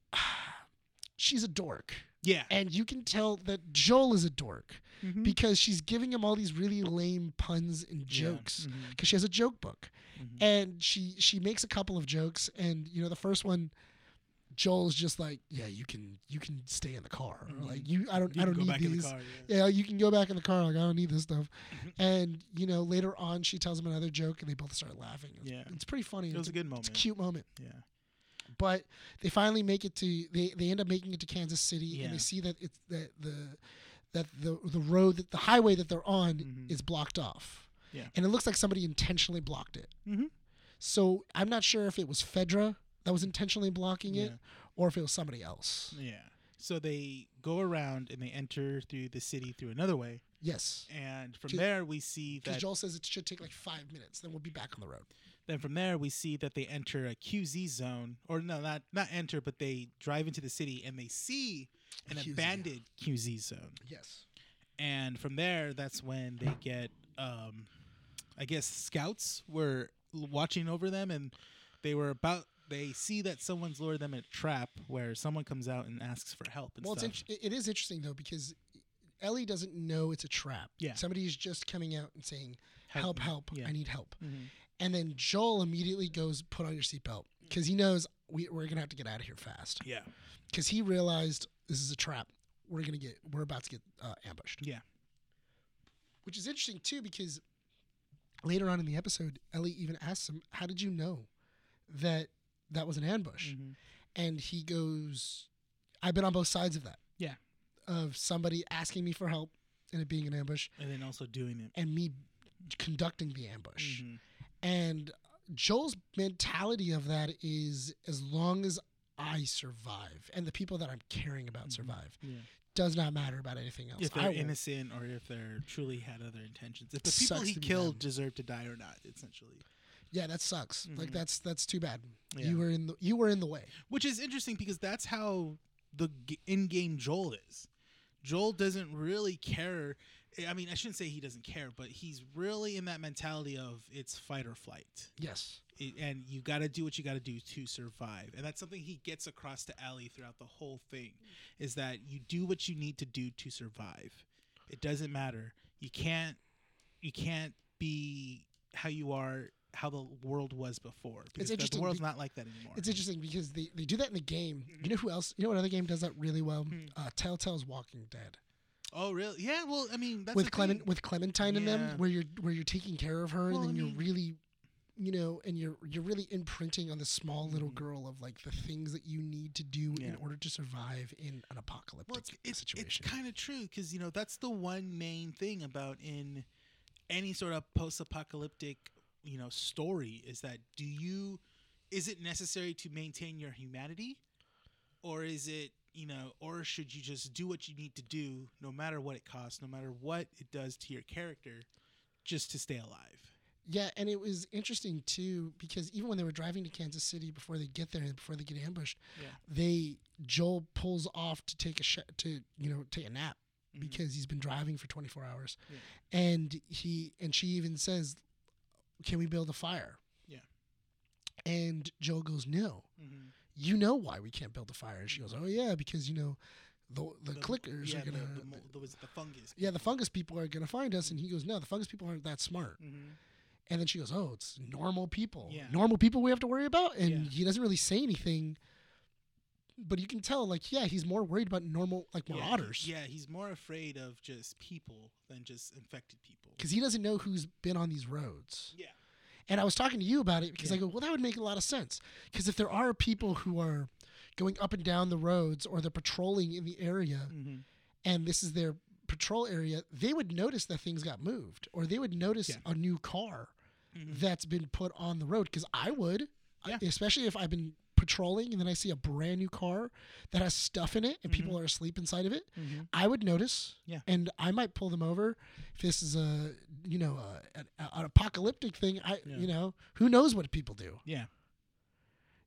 she's a dork.
yeah.
And you can tell that Joel is a dork
Mhm.
because she's giving him all these really lame puns and
Yeah.
jokes
Mhm.
because she has a joke book
Mhm.
and she she makes a couple of jokes and you know the first one joel's just like yeah you can you can stay in the car or,
Mhm.
like you i don't
You
i
can
don't
go
need
back
these
in the car. Yeah.
yeah you can go back in the car like i don't need this stuff
Mhm.
and you know later on she tells him another joke and they both start laughing it's,
Yeah.
it's pretty funny
It was
it's,
a
a,
good
it's
moment.
a cute moment
Yeah.
but they finally make it to they, they end up making it to kansas city and
Yeah.
they see that it's that the that the the road that the highway that they're on
Mhm.
is blocked off
Yeah.
and it looks like somebody intentionally blocked it
Mhm.
so i'm not sure if it was fedra that was intentionally blocking it
Yeah.
or if it was somebody else
Yeah. So they go around and they enter through the city through another way,
yes
and from
Ju-
there we see
because
that.
joel says it should take like five minutes then we'll be back on the road
then from there we see that they enter a QZ zone, or no, not not enter, but they drive into the city and they see an
QZ, yeah.
abandoned QZ zone,
yes
and from there that's when they get, um, I guess scouts were l- watching over them, and they were about. They see that someone's lured them in a trap where someone comes out and asks for help and
well it's
stuff.
int- it- it is interesting though because ellie doesn't know it's a trap
Yeah.
somebody's just coming out and saying help
me.
help
Yeah.
i need help
Mhm.
and then joel immediately goes put on your seatbelt because he knows we, we're gonna have to get out of here fast
Yeah.
because he realized this is a trap. We're gonna get. We're about to get uh, ambushed.
Yeah.
Which is interesting too, because later on in the episode, Ellie even asks him, "How did you know that that was an ambush?"
Mhm.
And he goes, "I've been on both sides of that.
Yeah.
Of somebody asking me for help and it being an ambush,
And then also doing it.
and me conducting the ambush."
Mhm.
And Joel's mentality of that is as long as I survive and the people that I'm caring about
Mhm.
survive,
Yeah.
does not matter about anything else.
If
I
they're
will-
innocent or if they're truly had other intentions. If the
It
people
sucks
he
to be
killed
them.
deserve to die or not, essentially.
Yeah, that sucks. Like
Mhm.
that's that's too bad.
Yeah.
You were in the you were in the way.
Which is interesting because that's how the g- in-game Joel is. Joel doesn't really care. I mean, I shouldn't say he doesn't care, but he's really in that mentality of it's fight or flight.
Yes.
it, and you got to do what you got to do to survive. And that's something he gets across to Ellie throughout the whole thing is that you do what you need to do to survive. It doesn't matter. You can't you can't be how you are how the world was before because the-
interesting
the world's
be-
not like that anymore.
It's interesting because they, they do that in the game.
Mhm.
You know who else? You know what other game does that really well?
Hmm.
Uh, Telltale's Walking Dead
oh, really? Yeah, well, I mean, that's
with
the
Clement
thing.
with Clementine in
Yeah.
them, where you're where you're taking care of her
Well, I
and then you're
mean-
really, you know, and you're you're really imprinting on the small little
Mhm.
girl of like the things that you need to do in
Yeah.
order to survive in an apocalyptic
well, it's, it's, it's
situation.
kind of true because you know that's the one main thing about in any sort of post-apocalyptic you know story is that do you is it necessary to maintain your humanity or is it you know or should you just do what you need to do no matter what it costs no matter what it does to your character just to stay alive
Yeah, and it was interesting too because even when they were driving to Kansas City before they get there and before they get ambushed,
Yeah.
they Joel pulls off to take a sh- to you know take a nap
Mhm.
because he's been driving for 24 hours,
Yeah.
and he and she even says, "Can we build a fire?"
Yeah.
and Joel goes, "No,
Mhm.
you know why we can't build a fire," and she goes, "Oh yeah, because you know the the,
Mm-hmm. The-
clickers
yeah,
are gonna."
the, the, mo- the, was it the fungus
yeah, the fungus people are gonna find us, and he goes, "No, the fungus people aren't that smart."
mm-hmm.
And then she goes, "Oh, it's normal people.
Yeah.
Normal people we have to worry about." And
Yeah.
he doesn't really say anything, but you can tell, like, yeah, he's more worried about normal, like
Yeah, he-
marauders,
yeah he's more afraid of just people than just infected people
because he doesn't know who's been on these roads.
yeah
And I was talking to you about it because I
Yeah.
go, "Well, that would make a lot of sense, because if there are people who are going up and down the roads or they're patrolling in the area,
mm-hmm.
and this is their patrol area, they would notice that things got moved or they would notice
Yeah.
a new car
Mhm.
that's been put on the road because I would, I-
Yeah.
especially if I've been patrolling and then I see a brand new car that has stuff in it and
Mm-hmm.
people are asleep inside of it.
Mhm.
I would notice,
Yeah.
and I might pull them over if this is a you know a, an, an apocalyptic thing. I
Yeah.
you know who knows what people do,
Yeah.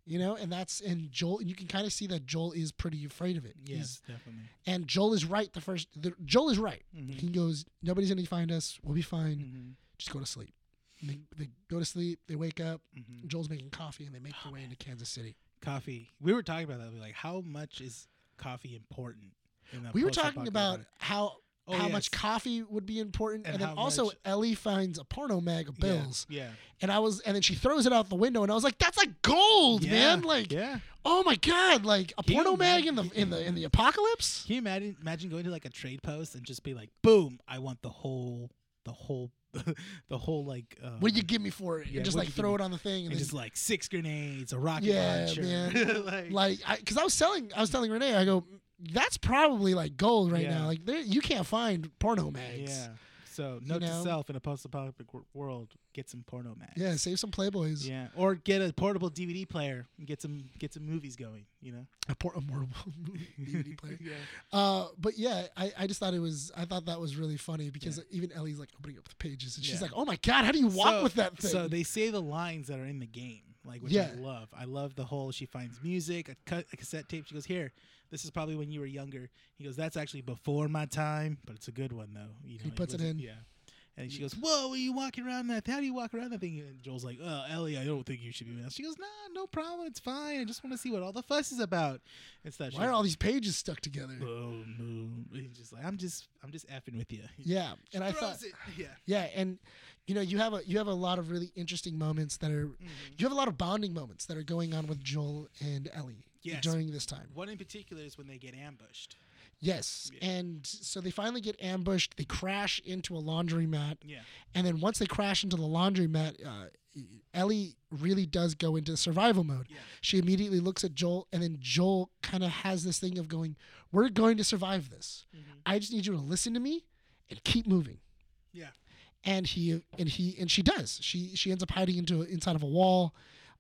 you know, and that's and Joel. You can kind of see that Joel is pretty afraid of it.
Yes,
He's-
definitely.
and Joel is right. The first the, Joel is right.
Mhm.
He goes, nobody's gonna find us. We'll be fine.
Mhm.
Just go to sleep. And they, they go to sleep. They wake up.
Mhm.
Joel's making coffee, and they make
Oh,
their way
man.
into Kansas City.
Coffee. We were talking about that. We Like, how much is coffee important? in a
we were talking about
post-apocalyptic-
how
Oh,
how
yes.
much coffee would be important,
And
and, then
how
also
much-
Ellie finds a porno mag of
Yeah,
bills,
Yeah.
and I was, and then she throws it out the window, and I was like, "That's like gold,
Yeah,
man! Like,
yeah.
oh my god! Like a
Can you
porno mag in the
imagine-
in the in the apocalypse."
Can you imagine imagine going to like a trade post and just be like, boom, I want the whole, the whole, *laughs* the whole like. Um,
What do you give me for it?
yeah,
and just
what
like
you give
throw
me?
it on the thing, and,
And
then,
just like six grenades, a rocket
Yeah,
launcher.
man.
*laughs* like,
like, because I, was telling, I was telling Renee, I go, "That's probably like gold right
Yeah.
now. Like, there, you can't find porno mags.
yeah. So note to
know?
self in a post-apocalyptic wor- world, get some porno mags.
Yeah, save some Playboys.
Yeah, or get a portable DVD player and get some get some movies going. You know,
A, por- a portable *laughs*
*laughs*
DVD player.
yeah.
Uh, but yeah, I, I just thought it was I thought that was really funny because even Ellie's like opening up the pages and she's
Yeah.
like, "Oh my god, how do you walk
So-
with that thing?"
So they say the lines that are in the game, like which
Yeah.
I love. I love the whole. She finds music, a, cut, a cassette tape. She goes, "Here, this is probably when you were younger." He goes, "That's actually before my time, but it's a good one though." You know,
He puts it
wasn't-
in.
Yeah. And she goes, "Whoa, are you walking around that? How do you walk around that thing?" And Joel's like, "Oh, Ellie, I don't think you should be." With us." She goes, "Nah, no problem. It's fine. I just want to see what all the fuss is about." And stuff. She's
Why are
like,
all these pages stuck together?
"Oh, no." He's just like, "I'm just, I'm just effing with you." *laughs*
Yeah, and I
Throws
thought,
it. yeah.
yeah, and you know, you have a you have a lot of really interesting moments that are you have a lot of bonding moments that are going on with Joel and Ellie
Yes.
during this time.
One in particular is when they get ambushed.
Yes,
Yeah.
and so they finally get ambushed. They crash into a laundromat,
Yeah.
and then once they crash into the laundromat, uh, Ellie really does go into survival mode.
Yeah.
she immediately looks at Joel, and then Joel kind of has this thing of going, We're going to survive this.
Mm-hmm.
I just need you to listen to me and keep moving.
Yeah.
And he and he and she does. She she ends up hiding into inside of a wall.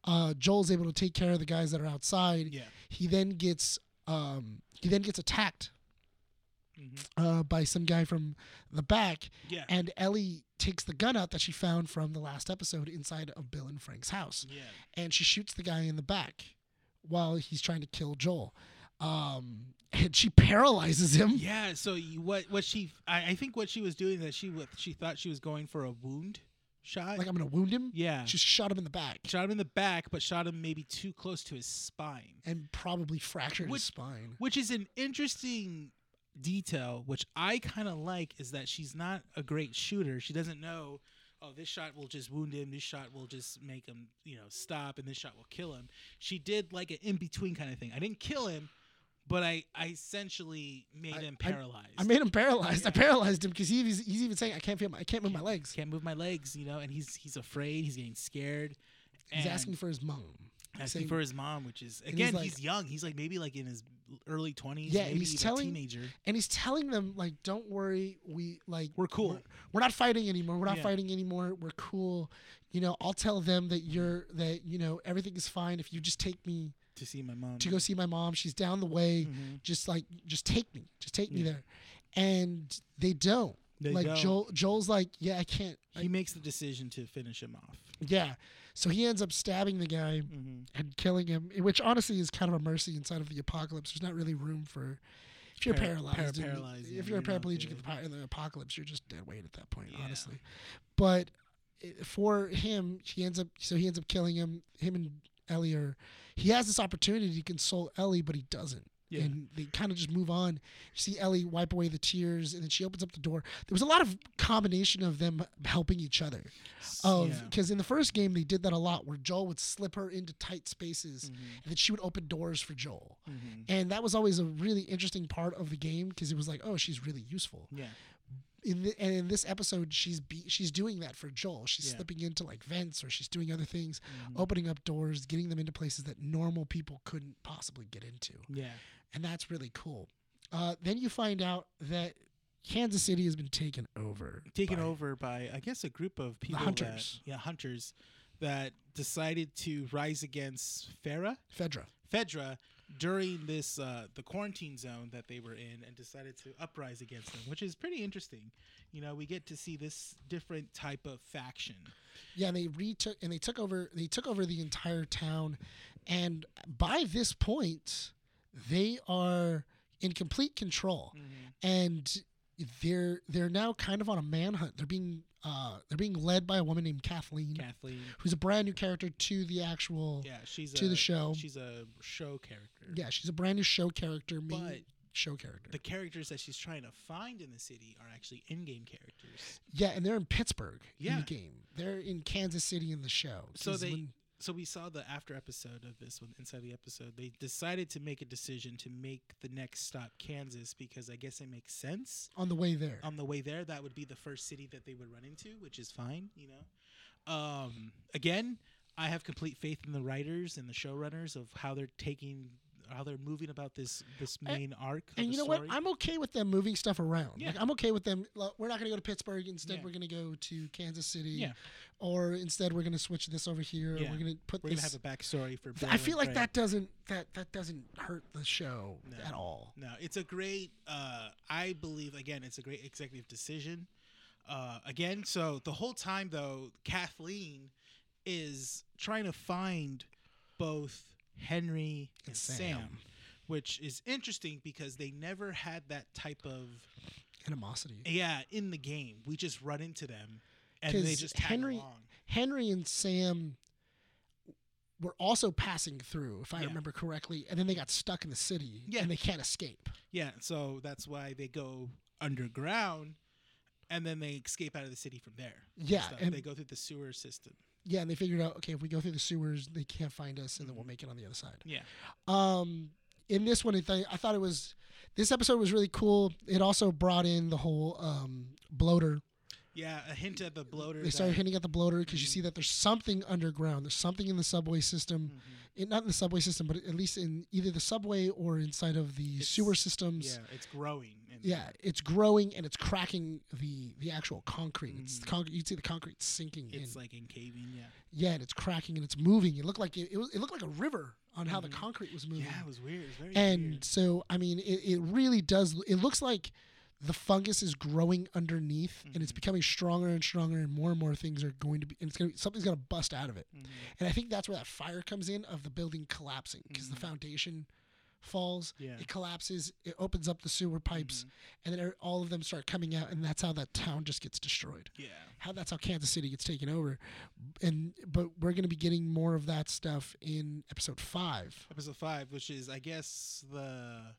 Uh, Joel's able to take care of the guys that are outside.
Yeah.
He then gets um, he then gets attacked uh, by some guy from the back,
Mm-hmm. Yeah.
and Ellie takes the gun out that she found from the last episode inside of Bill and Frank's house
yeah.
and she shoots the guy in the back while he's trying to kill Joel. Um, and she paralyzes him.
Yeah. So you, what? What she? I, I think what she was doing that she wa- she thought she was going for a wound shot.
Like I'm gonna wound him.
yeah.
She shot him in the back
shot him in the back, but shot him maybe too close to his spine,
and probably fractured
Which-
his spine.
which is an interesting detail, which I kind of like, is that she's not a great shooter. She doesn't know. Oh, this shot will just wound him. This shot will just make him, you know, stop, and this shot will kill him. She did like an in between kind of thing. I didn't kill him, but I, I essentially made
I-
him
I-
paralyzed.
I made him paralyzed. I
Yeah.
paralyzed him because he's, he's even saying I can't feel my, I can't move my legs.
can't move my legs, you know, and he's he's afraid, he's getting scared.
He's
and
asking for his mom.
asking
saying-
for his mom, which is
he's
again, he's,
like-
young. He's like maybe like in his early twenties,
Yeah, and
maybe
he's
even
telling-
a teenager.
And he's telling them like, don't worry, we like
We're cool.
We're, we're not fighting anymore. We're not
Yeah.
fighting anymore. We're cool. You know, I'll tell them that you're that you know everything is fine if you just take me
to see my mom.
to go see my mom. She's down the way.
Mhm.
just like just take me just take me
Yeah.
there and they don't
They
like
don't.
joel joel's like yeah i can't I-
he makes the decision to finish him off.
yeah so he ends up stabbing the guy
Mm-hmm.
and killing him which honestly is kind of a mercy inside of the apocalypse there's not really room for if you're
Para- para-
paralyzed, and-
paralyzed, yeah,
if you're a
you're not
paraplegic in
good.
the, po- in the apocalypse you're just dead weight at that point
Yeah.
honestly but it- for him he ends up so he ends up killing him him and ellie are he has this opportunity to console ellie but he doesn't
Yeah.
and they kind of just move on. You see Ellie wipe away the tears, and then she opens up the door. There was a lot of combination of them helping each other. Of
yeah.
because in the first game they did that a lot, where Joel would slip her into tight spaces,
Mhm.
and then she would open doors for Joel.
Mhm.
And that was always a really interesting part of the game because it was like, oh, she's really useful.
Yeah,
In the, and in this episode, she's be, she's doing that for Joel. She's
Yeah.
slipping into like vents or she's doing other things,
Mhm.
opening up doors, getting them into places that normal people couldn't possibly get into
yeah,
and that's really cool. Uh, then you find out that Kansas City has been taken over.
taken
by-
over by I guess a group of people
hunters.
That, yeah, hunters that decided to rise against Farah,
Fedra.
Fedra during this uh, the quarantine zone that they were in and decided to uprise against them, which is pretty interesting. You know, we get to see this different type of faction.
Yeah, and they retook and they took over they took over the entire town and by this point they are in complete control
Hmm. Mm-hmm.
and they're they're now kind of on a manhunt. They're being uh they're being led by a woman named Kathleen
Kathleen,
who's a brand new character to the actual
yeah, she's
to
a,
the show.
She's a show character.
Yeah, she's a brand new show character, main
But-
show character.
The characters that she's trying to find in the city are actually in-game characters.
yeah, and they're in Pittsburgh in
Yeah.
the game. They're in Kansas City in the show.
So
'Cause
they-
when-
so we saw the after episode of this one inside the episode they decided to make a decision to make the next stop kansas because i guess it makes sense
on the way there.
on the way there that would be the first city that they would run into which is fine you know um, again i have complete faith in the writers and the showrunners of how they're taking how they're moving about this this main arc of
And
the
you know
story.
what? I'm okay with them moving stuff around.
Yeah.
Like I'm okay with them. Like, we're not going to go to Pittsburgh. Instead,
Yeah.
we're going to go to Kansas City.
Yeah.
Or instead, we're going to switch this over here.
Yeah.
We're going to put
we're gonna have a
this.
backstory for
I
Bill
feel
and
like
Fred.
that doesn't that that doesn't hurt the show
No.
at all.
No, it's a great. Uh, I believe again, it's a great executive decision. Uh, again, so the whole time though, Kathleen is trying to find both Henry and,
And
Sam.
Sam.
which is interesting because they never had that type of
Animosity.
yeah in the game. We just run into them and they
'Cause
just tag
Henry-
along.
Henry and Sam were also passing through, if I
Yeah.
remember correctly, and then they got stuck in the city.
Yeah.
And they can't escape.
Yeah, so that's why they go underground. And then they escape out of the city from there.
Yeah,
So
and-
they go through the sewer system.
Yeah, and they figured out okay, if we go through the sewers, they can't find us, and then
Mm-hmm.
we'll make it on the other side.
Yeah.
um in this one I, th- I thought it was this episode was really cool it also brought in the whole um bloater
Yeah, a hint at the bloater.
they started
that-
hinting at the bloater because
Mm-hmm.
you see that there's something underground there's something in the subway system
Mhm.
it, not in the subway system but at least in either the subway or inside of the sewer
It's-
systems
Yeah, it's growing. And
yeah. it's growing and it's cracking the the actual concrete it's
Mhm.
concrete you'd see the concrete sinking in
It's like encaving. Yeah.
yeah and it's cracking and it's moving it looked like it, it, was, it looked like a river on how
Mhm.
the concrete was moving
Yeah, it was weird. It was very
and
weird.
so i mean it, it really does it looks like the fungus is growing underneath and it's
Mhm.
becoming stronger and stronger and more and more things are going to be and it's going to something's going to bust out of it
Mhm.
and i think that's where that fire comes in of the building collapsing because
Mhm.
the foundation falls
Yeah.
it collapses it opens up the sewer pipes
Mhm.
and then er, all of them start coming out and that's how that town just gets destroyed
Yeah.
how that's how kansas city gets taken over and but we're going to be getting more of that stuff in episode five
Episode five, which is I guess the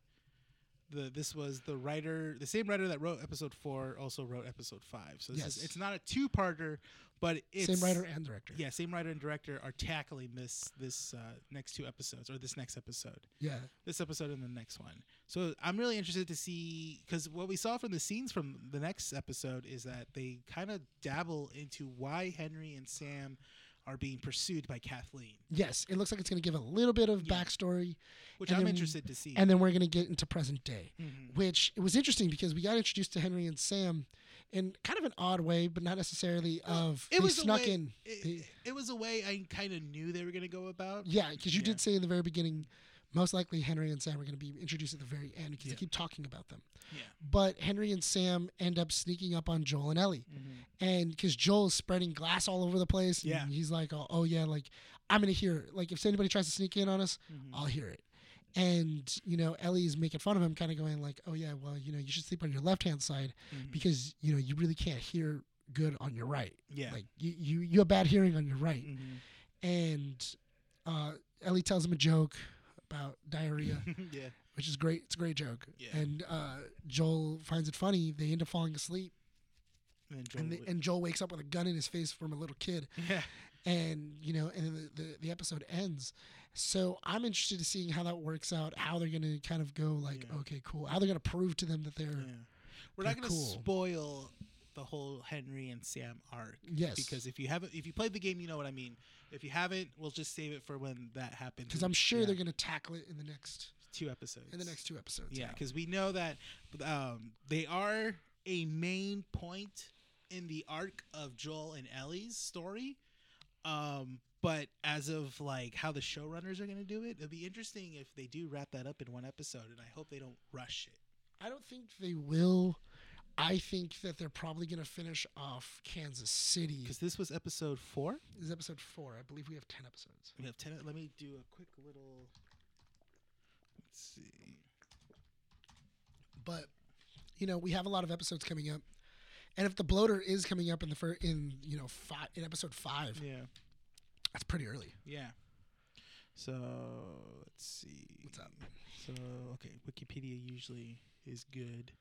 the this was the writer, the same writer that wrote episode four, also wrote episode five. So this is
Yes.
it's not a two parter, but it's
same writer and director
Yeah, same writer and director are tackling this this uh, next two episodes or this next episode.
yeah
this episode and the next one. So I'm really interested to see because what we saw from the scenes from the next episode is that they kind of dabble into why Henry and Sam are being pursued by Kathleen,
Yes, it looks like it's going to give a little bit of
Yeah.
backstory,
which
And
I'm
then-
interested to see.
and then we're going to get into present day,
Mhm.
which it was interesting because we got introduced to Henry and Sam in kind of an odd way, but not necessarily of
it
they
was a
snuck
way-
in.
it,
They-
it was a way I kind of knew they were going to go about.
yeah, because you
Yeah.
did say in the very beginning, most likely Henry and Sam are going to be introduced at the very end because
Yeah.
they keep talking about them.
Yeah.
But Henry and Sam end up sneaking up on Joel and Ellie,
Mhm.
and because Joel's spreading glass all over the place, and
Yeah.
he's like, oh, oh yeah, like I'm going to hear it. Like if anybody tries to sneak in on us,
Mhm.
I'll hear it. And, you know, Ellie's making fun of him, kind of going like, oh, yeah, well, you know, you should sleep on your left hand side
Mhm.
because, you know, you really can't hear good on your right.
Yeah.
Like, you, you, you have bad hearing on your right.
Mhm.
And uh, Ellie tells him a joke about
*laughs*
diarrhea,
*laughs* yeah.
which is great. It's a great joke.
Yeah.
And uh, Joel finds it funny. They end up falling asleep.
And then Joel
And, they,
would-
and Joel wakes up with a gun in his face from a little kid.
*laughs* yeah.
and you know and then the, the, the episode ends so i'm interested in seeing how that works out how they're gonna kind of go like
Yeah.
okay cool how they're gonna prove to them that they're
yeah. We're not
They're
going to
cool.
spoil the whole Henry and Sam arc.
yes
because if you haven't if you played the game you know what i mean if you haven't we'll just save it for when that happens
because i'm sure
yeah,
they're gonna tackle it in the next
two episodes
in the next two episodes
yeah because we know that um, they are a main point in the arc of Joel and Ellie's story. Um, but as of like how the showrunners are going to do it, it'll be interesting if they do wrap that up in one episode. And I hope they don't rush it.
I don't think they will. I think that they're probably going to finish off Kansas City.
Because this was episode four.
This is episode four. I believe we have 10 episodes.
We have ten. Let me do a quick little. Let's see.
But, you know, we have a lot of episodes coming up. And if the bloater is coming up in the fir- in you know five in episode five,
Yeah.
that's pretty early.
Yeah. So let's see.
What's up?
So okay, Wikipedia usually is good.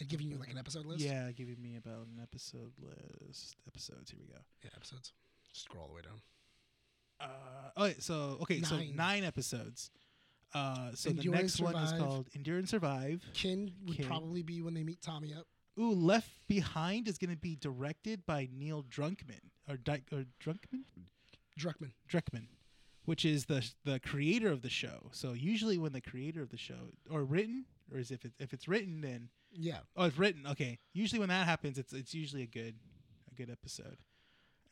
And giving you like an episode list.
Yeah, giving me about an episode list. Episodes. Here we go.
yeah episodes. Scroll all the way down.
Uh, oh, so okay, so
Nine.
nine episodes. Uh, so
Endure
the
and
next one is
Survive.
called Endure and Survive.
Kin would
Kin.
probably be when they meet Tommy up.
Ooh, Left Behind is going to be directed by Neil Drunkman or Di- or Drunkman
Druckman.
Druckman, which is the the creator of the show. So usually when the creator of the show or written or is if it, if it's written then
Yeah.
oh it's written okay. Usually when that happens it's it's usually a good a good episode.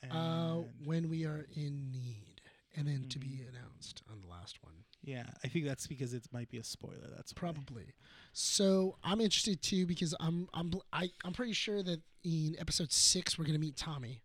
Uh,
And-
when we are in need, and then to be
Mhm.
announced on the last one,
yeah, I think that's because it might be a spoiler. That's why.
probably. So I'm interested too because I'm I'm bl- I, I'm pretty sure that in episode six we're gonna meet Tommy,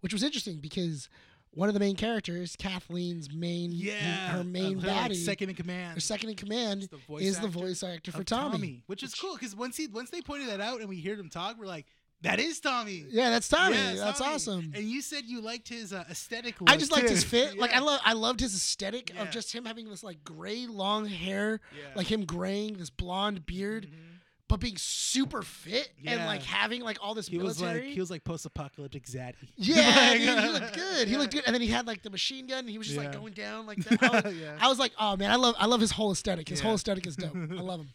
which was interesting because one of the main characters, Kathleen's main
Yeah,
her main
uh, her, like,
baddie,
second in command.
her second in command
is the voice
is the
actor
voice actor for
of
Tommy.
which is cool because once he once they pointed that out and we heard him talk, we're like, that is Tommy.
Yeah, that's Tommy.
Yeah, it's
that's
Tommy.
awesome.
And you said you liked his uh, aesthetic.
I
look,
just liked his
too. *laughs*
fit. Like I
Yeah.
love I loved his aesthetic
Yeah.
of just him having this like gray long hair,
Yeah.
like him graying this blonde beard.
Mhm.
but being super fit and
Yeah.
like having like all this
He was
military.
like he was like post-apocalyptic zaddy.
yeah,
*laughs* Like,
dude, he looked good. He
yeah.
looked good, and then he had like the machine gun, and he was just like
Yeah.
going down like that. I
*laughs*
was,
yeah.
I was like, oh man, I love, I love his whole aesthetic. His whole
Yeah.
aesthetic is dope. I
*laughs*
love him.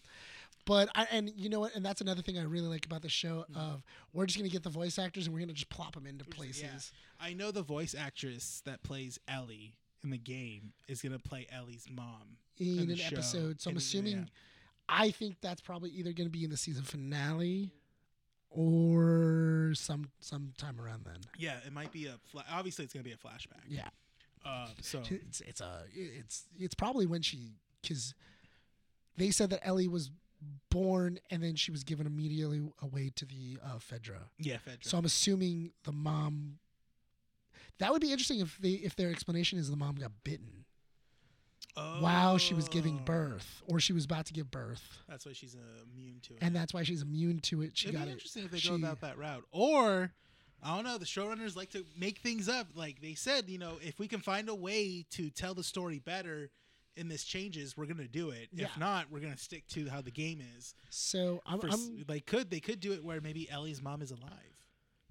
But I, and you know what? And that's another thing I really like about the show. Of we're just gonna get the voice actors and we're gonna just plop them into
Mm-hmm. We're just-
places.
yeah. I know the voice actress that plays Ellie in the game is gonna play Ellie's mom.
in,
in the
an
show,
episode. So I'm
in-
assuming,
yeah.
I think that's probably either going to be in the season finale or some sometime around then.
Yeah, it might be a fla- obviously it's gonna be a flashback.
Yeah,
Uh, so
it's it's a it's it's probably when she because they said that Ellie was born and then she was given immediately away to the uh, Fedra.
yeah, Fedra.
So I'm assuming the mom. That would be interesting if they if their explanation is the mom got bitten while she was giving
Oh.
birth or she was about to give birth.
That's why she's uh, immune to it.
and that's why she's immune to it. She
It'd
got
be
it.
interesting if they
she,
go about that route. Or I don't know, the showrunners like to make things up. Like they said, you know, if we can find a way to tell the story better and this changes, we're gonna do it.
Yeah.
If not, we're gonna stick to how the game is.
So I'm,
For, s-
I'm
they could they could do it where maybe Ellie's mom is alive.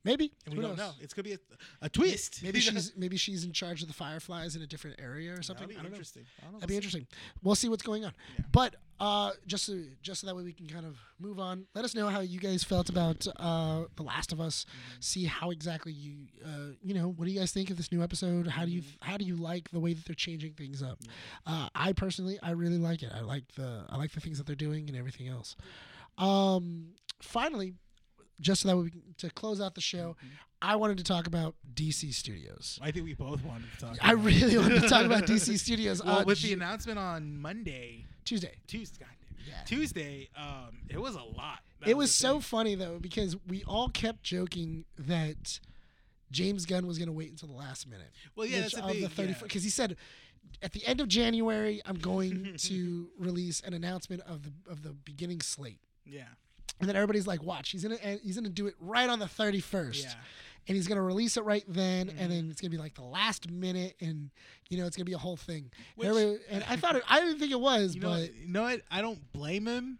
maybe
And we
who
don't know.
knows?
It's could be a, a twist. *laughs*
Maybe she's maybe she's in charge of the fireflies in a different area or something.
That'd be
I don't know.
interesting. I don't know.
That'd be
We'll see.
interesting. We'll see what's going on.
Yeah.
But uh, just so, just so that way we can kind of move on. Let us know how you guys felt about uh, The Last of Us.
Mm-hmm.
See how exactly you uh, you know what do you guys think of this new episode? How do you
Mm-hmm.
how do you like the way that they're changing things up? Uh, I personally I really like it. I like the I like the things that they're doing and everything else. Um, finally, just so that we can, to close out the show,
Mm-hmm.
I wanted to talk about DC Studios.
I think we both wanted to talk.
I
about it.
really wanted to talk about DC Studios
*laughs* Well,
uh,
with
Ju-
the announcement on Monday,
Tuesday.
Tuesday, goddamn,
Yeah.
Tuesday, um, it was a lot. That
it was
the
so
thing.
funny though because we all kept joking that James Gunn was going to wait until the last minute.
Well, Oh, yeah, that's the thing, yeah.
because he said at the end of January
*laughs*
I'm going to release an announcement of the of the beginning slate.
yeah,
And then everybody's like, "Watch, he's gonna he's gonna do it right on the thirty first,
yeah. Mm-hmm.
and he's gonna release it right then, and then it's gonna be like the last minute, and you know it's gonna be a whole thing."
Which-
Everybody- and I thought it, I didn't think it was,
You know,
but
what- you know what? I don't blame him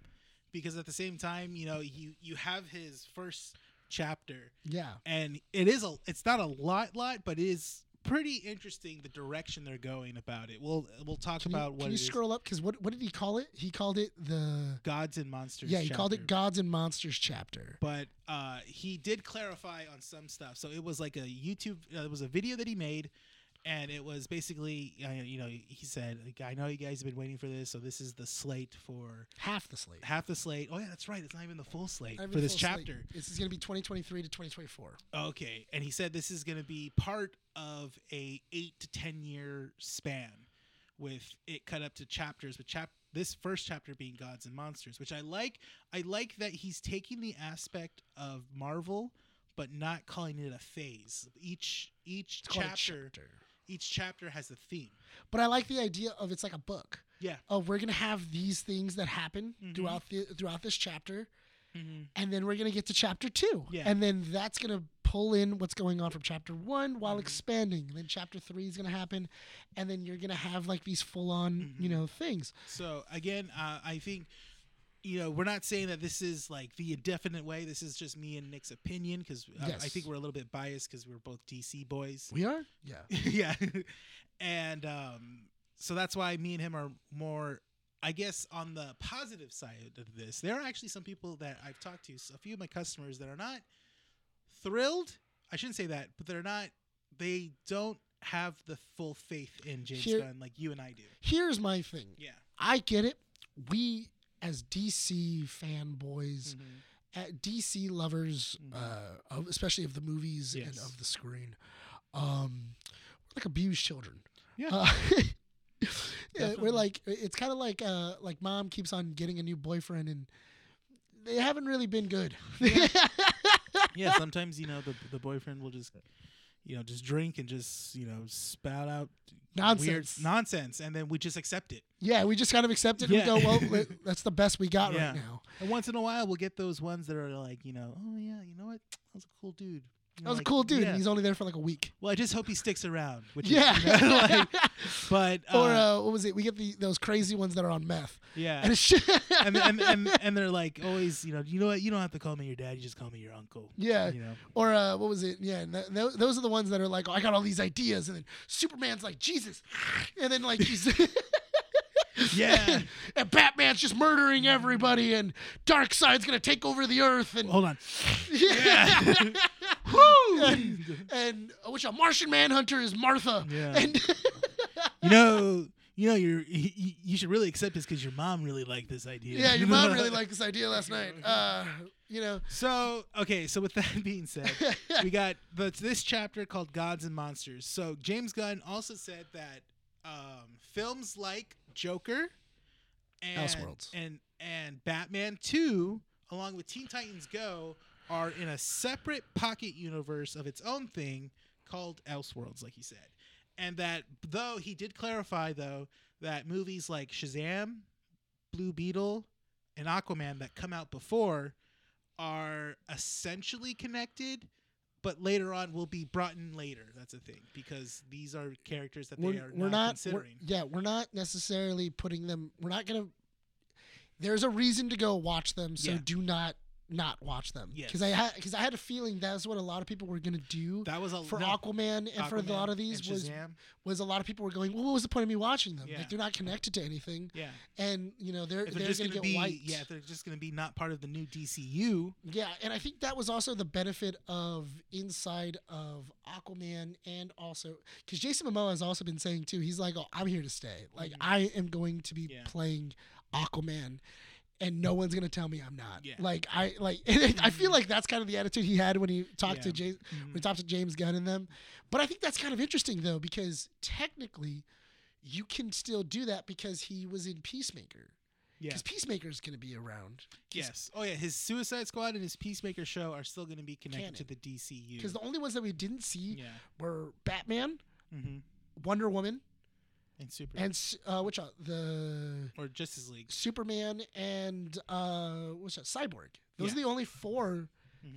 because at the same time, you know, you you have his first chapter,
yeah,
and it is a it's not a lot lot, but it is pretty interesting the direction they're going about it. We'll we'll talk
Can you-
about
can you,
what it is.
scroll up? Because what what did he call it? He called it the
gods and monsters.
yeah. He called it
chapter.
Gods and Monsters chapter.
but uh, he did clarify on some stuff. So it was like a YouTube, uh, it was a video that he made, and it was basically uh, you know he said like, I know you guys have been waiting for this, so this is the slate for
Half the slate.
half the slate. Oh yeah, that's right. It's not even the full slate
Every
for this
full slate.
chapter.
This is going to be 2023 to 2024.
Okay, and he said this is going to be part of a eight to ten year span, with it cut up to chapters. With chap this first chapter being gods and monsters, which I like. I like that he's taking the aspect of Marvel, but not calling it a phase. Each each
It's called a
chapter each chapter has a theme.
But I like the idea of it's like a book.
Yeah.
Of we're going to have these things that happen
Mhm.
throughout the, throughout this chapter, and then we're going to get to chapter two.
Yeah.
And then that's going to pull in what's going on from chapter one while
Mhm.
expanding. And then chapter three is going to happen, and then you're going to have like these full on, you
Mhm.
know, things.
So again, uh, I think you know we're not saying that this is like the indefinite way. This is just me and Nick's opinion because uh, I
Yes.
think we're a little bit biased because we're both DC boys.
We are? Yeah.
*laughs* yeah, and um, so that's why me and him are more. I guess on the positive side of this, there are actually some people that I've talked to, s- a few of my customers that are not thrilled. I shouldn't say that, but they're not. They don't have the full faith in James
Here-
Gunn like you and I do.
Here's my thing.
Yeah.
I get it. We as DC fanboys,
Mhm.
uh, DC lovers,
Mhm.
uh, of, especially of the movies and
Yes.
of the screen, um, we're like abused children.
Yeah.
Uh, *laughs* yeah,
Definitely.
we're like it's kind of like uh, like mom keeps on getting a new boyfriend and they haven't really been good.
yeah, sometimes you know the the boyfriend will just you know just drink and just you know spout out
*laughs* Nonsense.
weird nonsense, and then we just accept it.
yeah, we just kind of accept it
Yeah.
and we
*laughs*
go, well, li- that's the best we got
Yeah.
right now.
And once in a while, we'll get those ones that are like you know, oh yeah, you know what, that was a cool dude. You
That
know,
was
like,
a cool dude,
yeah.
and he's only there for like a week.
well, I just hope he sticks around. Which
Yeah.
Is, you know, *laughs* like, but uh,
*laughs* or uh, what was it? We get the those crazy ones that are on
*laughs*
meth,
yeah.
and it's just,
And, and, and, and they're like always, you know, you know what? You don't have to call me your dad. You just call me your uncle.
*laughs* Yeah.
You know.
Or uh, what was it? Yeah, and th- th- those are the ones that are like, oh, I got all these ideas, and then Superman's like, Jesus, and then like he's *laughs*
Yeah.
and Batman's just murdering everybody, and Darkseid's gonna take over the Earth, and
Hold on.
*laughs* yeah,
Oh, Woo!
and uh, which a Martian Manhunter is Martha,
Yeah.
and *laughs*
you know, you know, you're, you, you- you should really accept this because your mom really liked this idea.
yeah, your
*laughs*
mom really liked this idea last night. Uh, you know,
So okay, so with *laughs* that being said, we got but this chapter called Gods and Monsters. So James Gunn also said that um, films like Joker, and
Elseworlds.
and and Batman Two, along with Teen Titans Go, are in a separate pocket universe of its own thing called Elseworlds, like he said. And that though he did clarify though that movies like Shazam, Blue Beetle, and Aquaman that come out before are essentially connected, but later on will be brought in later. That's a thing because these are characters that they
we're,
are
we're
not
not, we're-
considering.
yeah, we're not necessarily putting them. We're not gonna. There's a reason to go watch them, so
Yeah.
do not not watch them. Because I
Yes.
had because I had a feeling that's what a lot of people were gonna do
that was a
for
oh, no,
Aquaman and for a
Aquaman
lot of
and
these was
Shazam.
was a lot of people were going. Well, what was the point of me watching them?
Yeah.
Like they're not connected to anything,
yeah.
and you know they're
If
they're,
just
gonna,
gonna
get
be
wiped.
yeah, if they're just gonna be not part of the new DCU.
Yeah, and I think that was also the benefit of inside of Aquaman, and also because Jason Momoa has also been saying too, he's like, "Oh, I'm here to stay. Like,
Mhm.
I am going to be
Yeah.
playing Aquaman, and no one's gonna tell me I'm not."
Yeah. Mm-hmm.
Like, I like, *laughs* I feel like that's kind of the attitude he had when he talked to
Yeah. Mm-hmm.
Jason,
mm,
when he talked to James Gunn and them. But I think that's kind of interesting though, because technically, you can still do that because he was in Peacemaker.
Yeah.
Because Peacemaker's gonna be around.
Yes. Oh yeah, his Suicide Squad and his Peacemaker show are still gonna be connected to
Canon.
the DCU.
Because the only ones that we didn't see
yeah.
were Batman.
Mm-hmm.
Wonder Woman
And Super
and s- uh, which uh, the
or Justice League.
Superman and uh, what's that Cyborg. Those
Yeah.
are the only 4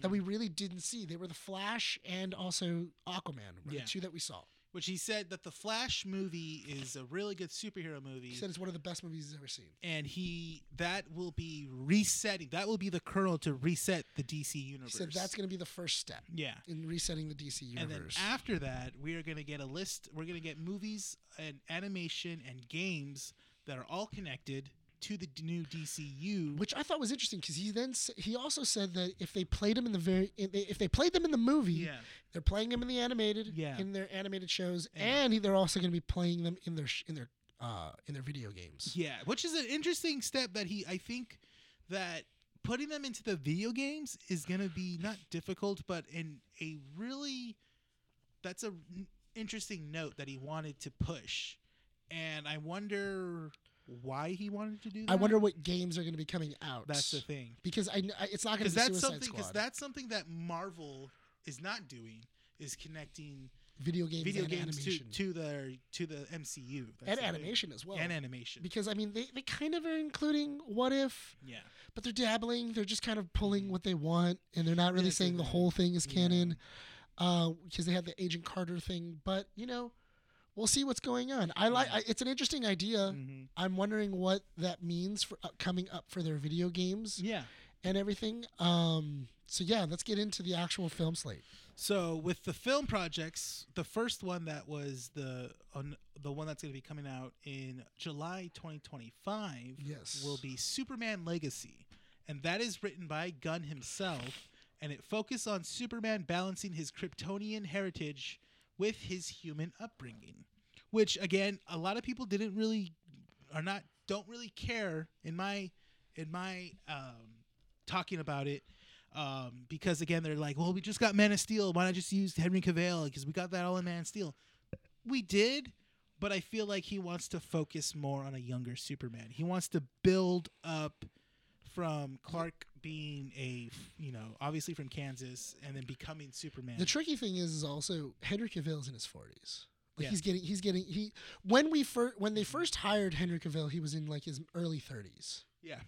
that
Mhm.
we really didn't see. They were the Flash and also Aquaman. Were
Yeah.
the two that we saw.
Which he said that the Flash movie is a really good superhero movie.
He said it's one of the best movies he's ever seen.
and he that will be resetting that will be the kernel to reset the DC universe.
He said that's going to be the first step
yeah.
in resetting the DC
And
universe.
then after that, we are going to get a list. We're going to get movies and animation and games that are all connected to the d- new DCU.
which I thought was interesting because he then s- he also said that if they played him in the very in- if they played them in the movie,
yeah,
they're playing him in the animated
Yeah.
in their animated shows,
Yeah.
and he- they're also going to be playing them in their sh- in their uh, in their video games.
yeah, which is an interesting step that he. I think that putting them into the video games is gonna be not difficult, but in a really that's a n- interesting note that he wanted to push, and I wonder why he wanted to do that.
I wonder what games are going to be coming out.
That's the thing.
because I, kn- I- it's not going
because
to be
that's
Suicide
something because
Squad.
that's something that Marvel is not doing is connecting
video games,
video
and
games to,
animation,
to the to the MCU That's
and
the thing.
animation as well.
and animation
because I mean, they, they kind of are including what if,
yeah
but they're dabbling. They're just kind of
Mm-hmm.
pulling what they want, and they're not really
Yes,
saying the
exactly.
whole thing is
Yeah.
canon, because they had the Agent Carter thing. But you know, we'll see what's going on. I like. I, it's an interesting idea.
Mhm.
I'm wondering what that means for uh, coming up for their video games
yeah
and everything. Um, so yeah, let's get into the actual film slate.
so with the film projects the first one that was the on the one that's going to be coming out in July 2025
Yes.
will be Superman Legacy and that is written by Gunn himself and it focuses on Superman balancing his Kryptonian heritage with his human upbringing which again a lot of people didn't really are not don't really care in my in my um, talking about it um, because again they're like well we just got Man of Steel why not just use Henry Cavill because we got that all in Man of Steel we did but I feel like he wants to focus more on a younger Superman he wants to build up from Clark being a you know obviously from Kansas and then becoming Superman
The tricky thing is, is also Henry Cavill's in his forties. Like
Yeah.
he's getting, he's getting. He when we first when they first hired Henry Cavill, he was in like his early thirties.
yeah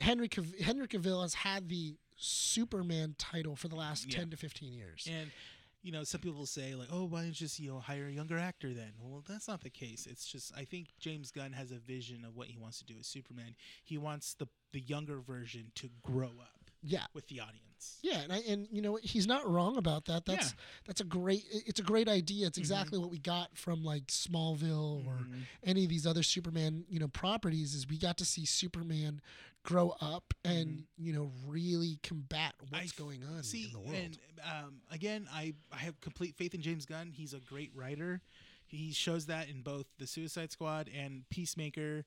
Henry Cav- Henry Cavill has had the Superman title for the last
Yeah.
ten to fifteen years.
And you know, some people say like, "Oh, why don't you just you know hire a younger actor then?" Well, that's not the case. It's just I think James Gunn has a vision of what he wants to do as Superman. He wants the the younger version to grow up
Yeah,
with the audience.
yeah, and I, and you know what? he's not wrong about that. That's that's a great. i- It's a great idea. It's
Mhm.
exactly what we got from like Smallville or
Mhm.
any of these other Superman you know properties. Is we got to see Superman grow up and you know really combat what's
Mm-hmm. I
going on
See,
in the world.
and um, again, I I have complete faith in James Gunn. He's a great writer. He shows that in both the Suicide Squad and Peacemaker.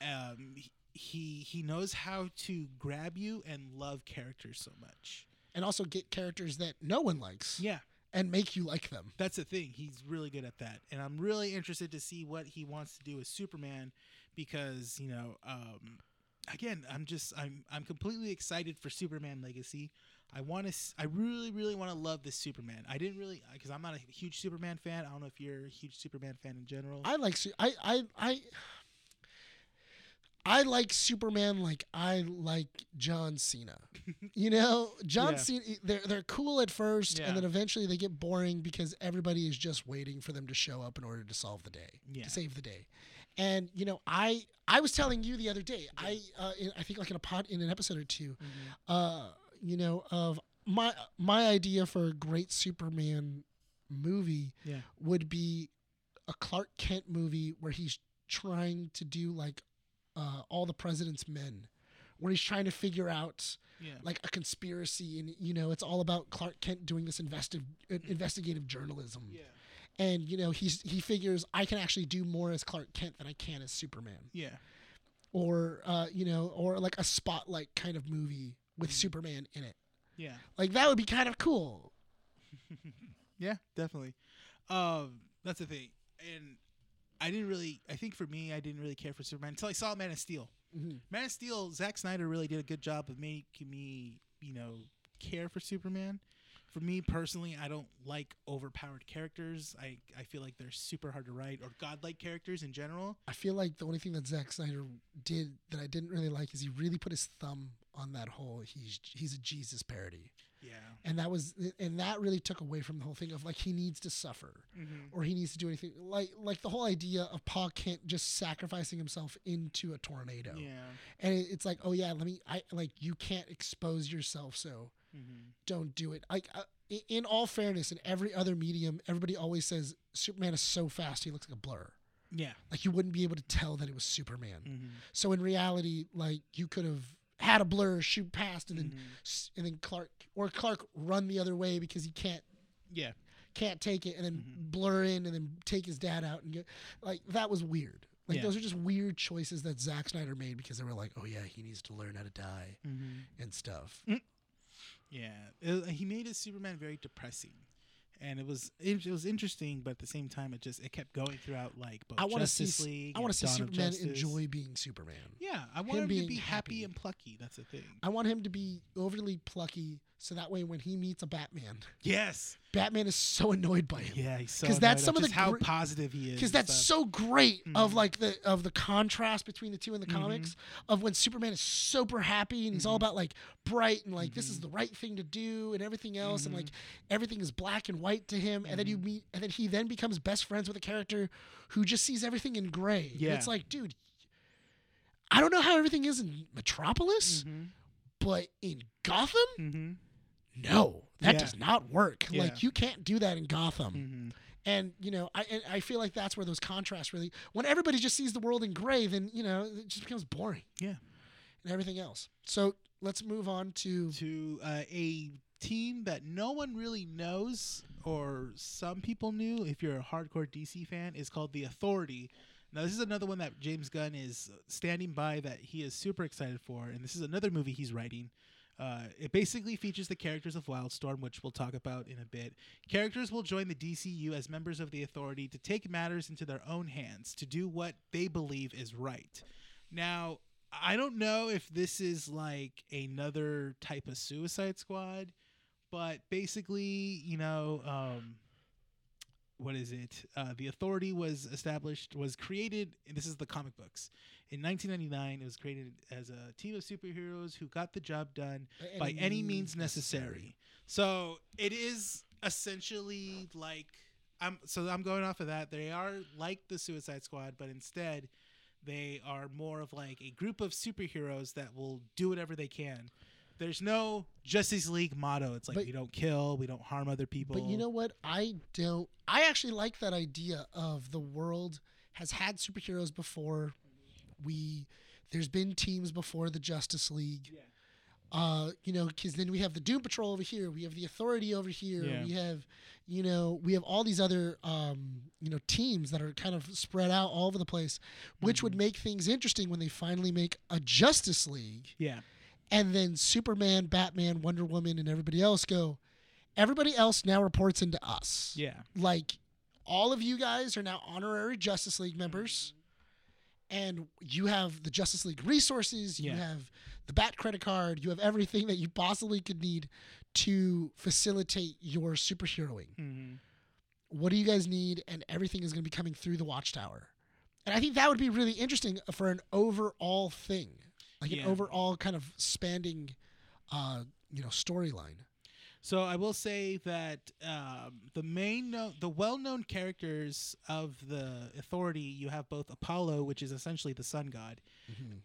Um, he- he he knows how to grab you and love characters so much.
and also get characters that no one likes
Yeah.
and make you like them.
That's the thing. He's really good at that, and I'm really interested to see what he wants to do with Superman, because you know, um, again, I'm just I'm I'm completely excited for Superman Legacy. I want to. I really, really want to love this Superman. I didn't really because I'm not a huge Superman fan. I don't know if you're a huge Superman fan in general.
I like Su- I I I I like Superman like I like
*laughs*
John Cena. You know, John
Yeah.
Cena they're they're cool at first
Yeah.
and then eventually they get boring because everybody is just waiting for them to show up in order to solve the day,
Yeah.
to save the day. And you know, I I was telling you the other day, I uh, in, I think like in a pod in an episode or two,
Mhm.
uh, you know, of my my idea for a great Superman movie
Yeah.
would be a Clark Kent movie where he's trying to do like uh, all the president's men, where he's trying to figure out
Yeah.
like a conspiracy, and you know, it's all about Clark Kent doing this investive, uh, investigative journalism,
Yeah.
and you know, he's he figures I can actually do more as Clark Kent than I can as Superman
Yeah.
or uh, you know, or like a spotlight kind of movie with
Mm.
Superman in it.
Yeah.
Like that would be kind of cool.
Yeah, definitely. Um, that's the thing. And I didn't really. I think for me, I didn't really care for Superman until I saw Man of Steel.
Mhm.
Man of Steel, Zack Snyder really did a good job of making me, you know, care for Superman. For me personally, I don't like overpowered characters. I, I feel like they're super hard to write or godlike characters in general.
I feel like the only thing that Zack Snyder did that I didn't really like is he really put his thumb on that whole he's he's a Jesus parody,
Yeah.
and that was and that really took away from the whole thing of like he needs to suffer or he needs to do anything like like the whole idea of Pa Kent just sacrificing himself into a tornado,
Yeah.
and it, it's like oh yeah, let me I like you can't expose yourself so Mm-hmm. don't do it. Like uh, i- in all fairness, in every other medium, everybody always says Superman is so fast he looks like a blur.
Yeah.
Like you wouldn't be able to tell that it was Superman.
Mhm.
So in reality, like you could have had a blur shoot past and then
Mhm.
s and then Clark or Clark run the other way because he can't
Yeah.
can't take it and then
Mhm.
blur in and then take his dad out and get like that was weird. Like
Yeah.
those are just weird choices that Zack Snyder made because they were like, oh yeah, he needs to learn how to die
Mm-hmm.
and stuff.
Yeah, it, he made his Superman very depressing, and it was it, it was interesting, but at the same time, it just it kept going throughout like both
I want to see
Justice
s-
League.
I want
and
to see
Dawn of
Superman
Justice.
enjoy being Superman.
Yeah, I want him, to
being
be happy.
happy.
and plucky. That's the thing.
I want him to be overly plucky so that way when he meets a Batman,
yes.
Batman is so annoyed by him.
Yeah, he's so
'Cause
because
that's some of the
how
gr-
positive he is.
because
and
that's
stuff.
so great of
Mhm.
like the of the contrast between the two in the
Mhm.
comics of when Superman is super happy and he's all
Mhm.
about like bright and like this is
Mhm.
the right thing to do and everything else and
Mhm.
like everything is black and white to him and then
Mm-hmm.
you meet and then he then becomes best friends with a character who just sees everything in gray. And
Yeah.
it's like dude, I don't know how everything is in Metropolis, but in Gotham,
Mm-hmm.
no, that
Yeah.
does not work.
Yeah.
Like you can't do that in Gotham.
Mm-hmm.
And you know, I and I feel like that's where those contrasts really. When everybody just sees the world in gray, then you know it just becomes boring.
Yeah.
and everything else. So let's move on to
To uh, a team that no one really knows, or some people knew if you're a hardcore DC fan, is called The Authority. Now, this is another one that James Gunn is standing by that he is super excited for, and this is another movie he's writing. Uh, it basically features the characters of Wildstorm, which we'll talk about in a bit. Characters will join the DCU as members of the Authority to take matters into their own hands, to do what they believe is right. Now, I don't know if this is like another type of Suicide Squad, but basically, you know, um, what is it? Uh, the Authority was established, was created, and this is the comic books. In 1999, it was created as a team of superheroes who got the job done by any means necessary. So it is essentially like I'm so I'm going off of that. They are like the Suicide Squad, but instead they are more of like a group of superheroes that will do whatever they can. There's no Justice League motto. It's like
But-
we don't kill, we don't harm other people.
But you know what? I don't. I actually like that idea of the world has had superheroes before. We there's been teams before the Justice League.
Yeah.
Uh, you know, because then we have the Doom Patrol over here. We have the Authority over here.
Yeah.
We have, you know, we have all these other, um, you know, teams that are kind of spread out all over the place, which
Mm-hmm.
would make things interesting when they finally make a Justice League
yeah,
and then Superman, Batman, Wonder Woman, and everybody else go. Everybody else now reports into us.
yeah,
Like, all of you guys are now honorary Justice League members, and you have the Justice League resources. You
Yeah.
have the Bat credit card. You have everything that you possibly could need to facilitate your superheroing.
mm-hmm.
What do you guys need? And everything is going to be coming through the Watchtower. And I think that would be really interesting for an overall thing, like
Yeah.
an overall kind of spanning, uh, you know, storyline.
So I will say that um, the main, no- the well-known characters of the Authority, you have both Apollo, which is essentially the sun god,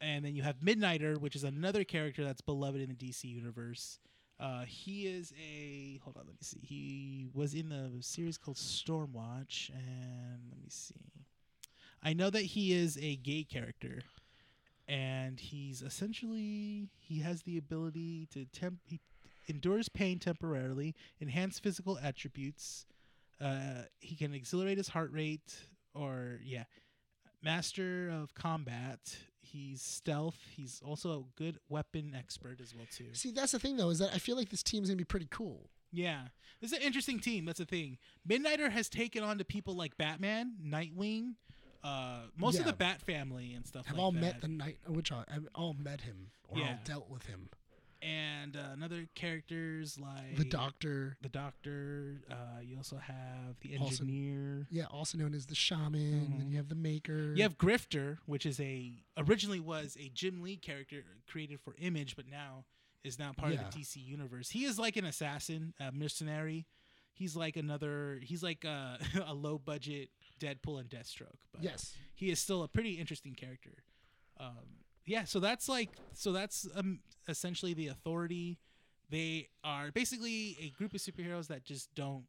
and then you have Midnighter, which is another character that's beloved in the DC universe. Uh, he is a hold on, let me see. He was in the series called Stormwatch, and let me see. I know that he is a gay character, and he's essentially he has the ability to temp. He endures pain temporarily, enhance physical attributes. Uh, he can accelerate his heart rate, or yeah, master of combat. He's stealth. He's also a good weapon expert as well too.
See, that's the thing though, is that I feel like this team's gonna be pretty cool.
Yeah, this is an interesting team. That's the thing. Midnighter has taken on to people like Batman, Nightwing, uh, most of
Yeah.
the Bat family and stuff.
I've
like
all
that.
met the night, which I, I've all met him or all
Yeah.
dealt with him.
and uh, another characters like
The doctor,
the doctor. Uh, you also have the
Also-
engineer.
yeah, also known as the shaman. and Then
Mhm.
you have the maker.
You have Grifter, which is a originally was a Jim Lee character created for Image, but now is now part
Yeah.
of the DC universe. He is like an assassin, a mercenary. He's like another. He's like a, *laughs* a low budget Deadpool and Deathstroke. But
yes,
he is still a pretty interesting character. Um, yeah, so that's like so that's um, essentially the authority. They are basically a group of superheroes that just don't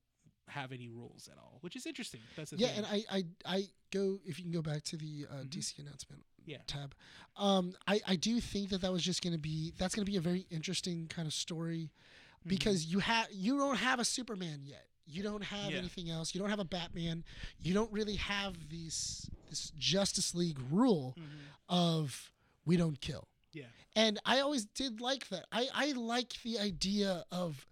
have any rules at all, which is interesting. That's the
yeah,
thing.
and I, I I go if you can go back to the uh,
Mhm.
DC announcement
Yeah.
tab. Um, I I do think that that was just going to be that's going to be a very interesting kind of story
Mhm.
because you have you don't have a Superman yet. You don't have
Yeah.
anything else. You don't have a Batman. You don't really have these this Justice League rule
Mhm.
of we don't kill.
Yeah.
And I always did like that. I, I like the idea of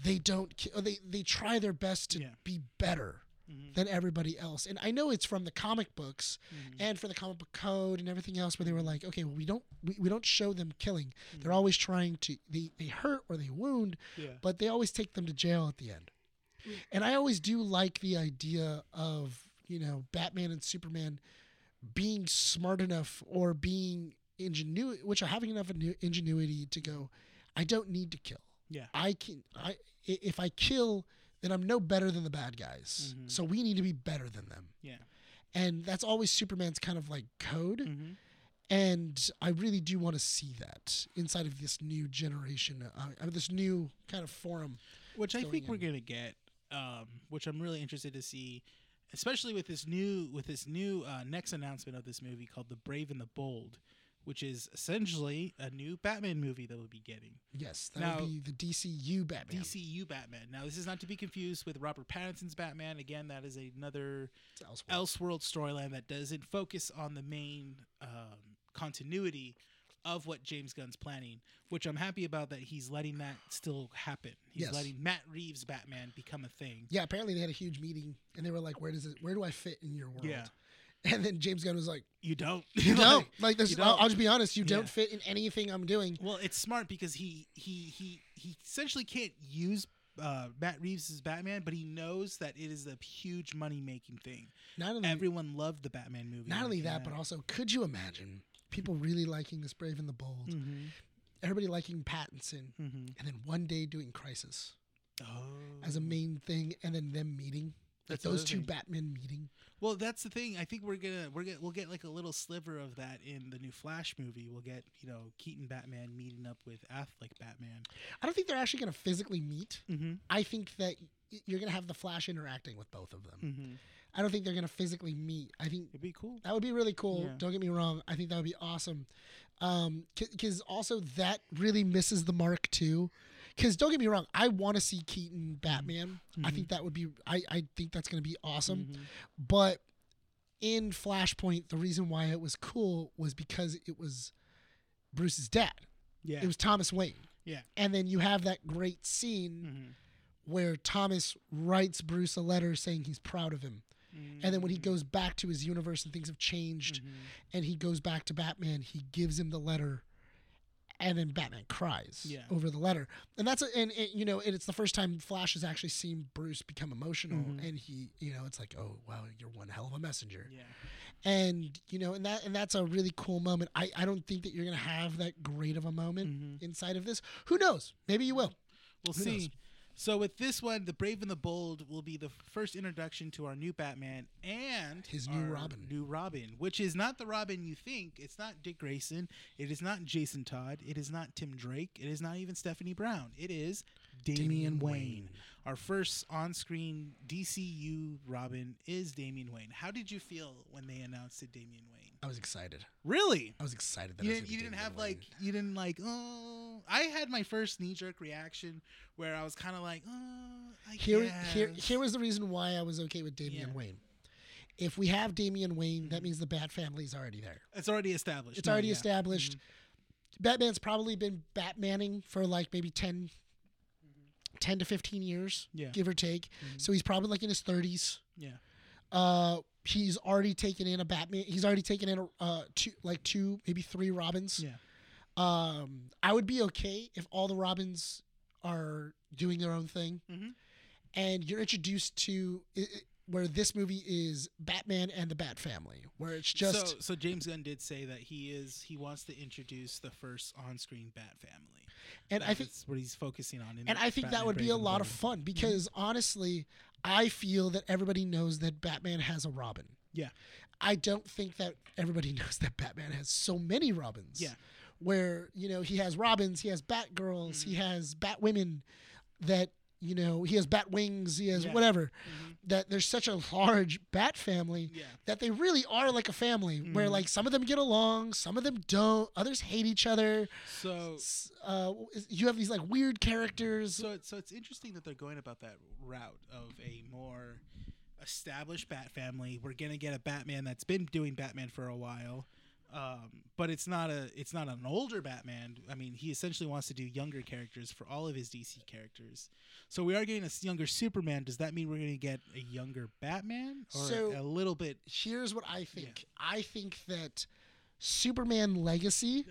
they don't ki- or they they try their best to
Yeah.
be better
Mhm.
than everybody else. And I know it's from the comic books
Mhm.
and for the comic book code and everything else where they were like, okay, well we don't we, we don't show them killing. They're always trying to they, they hurt or they wound,
yeah.
but they always take them to jail at the end. And I always do like the idea of, you know, Batman and Superman being smart enough or being ingenuity, which are having enough inu- ingenuity to go, I don't need to kill.
Yeah.
I can, I, i- if I kill, then I'm no better than the bad guys.
Mhm.
So we need to be better than them.
Yeah.
And that's always Superman's kind of like code.
Mhm.
And I really do want to see that inside of this new generation, uh, of this new kind of forum
which I
going
think we're
in.
gonna get, um, which I'm really interested to see, especially with this new with this new uh, next announcement of this movie called The Brave and the Bold, which is essentially a new Batman movie that we'll be getting.
Yes, that
Now-
would be the DCU Batman.
DCU Batman. Now this is not to be confused with Robert Pattinson's Batman. Again, that is another
It's elsewhere.
Elseworld storyline that doesn't focus on the main um, continuity of what James Gunn's planning, which I'm happy about that he's letting that still happen. He's
Yes.
letting Matt Reeves' Batman become a thing.
yeah, apparently they had a huge meeting and they were like, "Where does it? Where do I fit in your world?"
Yeah.
And then James Gunn was like,
You *laughs* don't.
"You don't. *laughs* Like, this,
you
I'll,
don't.
I'll just be honest. You
Yeah.
don't fit in anything I'm doing."
Well, it's smart because he he he he essentially can't use uh, Matt Reeves' Batman, but he knows that it is a huge money making thing.
Not only
Everyone loved the Batman movie.
not only that, but also, could you imagine people really liking this Brave and the Bold?
Mm-hmm,
Everybody liking Pattinson,
mm-hmm.
and then one day doing Crisis
Oh.
as a main thing, and then them meeting. Like
That's another
those two
thing.
Batman meeting.
Well, that's the thing. I think we're gonna we're gonna we'll get like a little sliver of that in the new Flash movie. We'll get you know Keaton Batman meeting up with Affleck Batman.
I don't think they're actually going to physically meet.
Mm-hmm.
I think that y- you're going to have the Flash interacting with both of them.
Mm-hmm.
I don't think they're gonna physically meet. I think
It'd be cool.
that would be really cool.
Yeah.
Don't get me wrong. I think that would be awesome. Um, because also that really misses the mark too. Because don't get me wrong, I want to see Keaton Batman. I
Mhm.
think that would be. I I think that's gonna be awesome.
Mhm.
But in Flashpoint, the reason why it was cool was because it was Bruce's dad.
Yeah.
It was Thomas Wayne.
Yeah. Mm.
And then you have that great scene
Mm-hmm.
where Thomas writes Bruce a letter saying he's proud of him. And then when he
Mm. Mm-hmm.
goes back to his universe and things have changed and he goes back to Batman, he gives him the letter and then Batman cries
Yeah.
over the letter. And that's a, and it, you know, and it's the first time Flash has actually seen Bruce become emotional
Mhm.
and he, you know, it's like, "Oh, wow, you're one hell of a messenger."
yeah.
And, you know, and that and that's a really cool moment. I I don't think that you're going to have that great of a moment
Mm-hmm.
inside of this. Who knows? Maybe you will.
We'll
Who
see.
knows?
So with this one, the Brave and the Bold will be the first introduction to our new Batman and
His new
our
Robin.
New Robin, which is not the Robin you think. It's not Dick Grayson. It is not Jason Todd. It is not Tim Drake. It is not even Stephanie Brown. It is Damian,
Damian
Wayne.
Wayne.
Our first on-screen DCU Robin is Damian Wayne. How did you feel when they announced it, Damian Wayne?
I was excited.
Really?
I was excited that
you
I was
didn't,
gonna
you
be
didn't
Damian
have
Wayne.
like you didn't like oh I had my first knee jerk reaction where I was kind of like oh I
Here,
guess.
here, here was the reason why I was okay with Damian
Yeah.
Wayne. If we have Damian Wayne, that means the Bat family is already there.
it's already established
It's
No,
already
yeah. Mm-hmm.
established. Batman's probably been Batmaning for like maybe 10, 10 to 15 years,
Mm-hmm. Yeah.
give or take.
Mhm.
So he's probably like in his 30s.
yeah
Uh, he's already taken in a Batman. He's already taken in a, uh, two, like two, maybe three Robins.
yeah
Um, I would be okay if all the Robins are doing their own thing,
Mhm.
and you're introduced to i i- where this movie is Batman and the Bat Family, where it's just
so so James Gunn did say that he is he wants to introduce the first on screen Bat family
and I think
That's what he's focusing on in
and I think that
Batman
would be
Brave
a
and the
lot of
Bold.
fun because honestly, I feel that everybody knows that Batman has a Robin.
Yeah.
I don't think that everybody *laughs* knows that Batman has so many Robins.
Yeah. Mm-hmm.
Where, you know, he has Robins, he has Batgirls, he has Batwomen that you know, he has bat wings, he has
Yeah.
whatever.
Mhm.
That there's such a large bat family
Mm-hmm. Yeah.
that they really are like a family where
Mhm.
like some of them get along, some of them don't, others hate each other.
So
S- Uh, you have these like weird characters.
So it's, so it's interesting that they're going about that route of a more established Bat family. We're gonna get a Batman that's been doing Batman for a while, um, but it's not a it's not an older Batman. I mean, he essentially wants to do younger characters for all of his DC characters. So we are getting a s- younger Superman. Does that mean we're gonna get a younger Batman or
So-
a little bit?
Here's what I think. I think that Superman Legacy,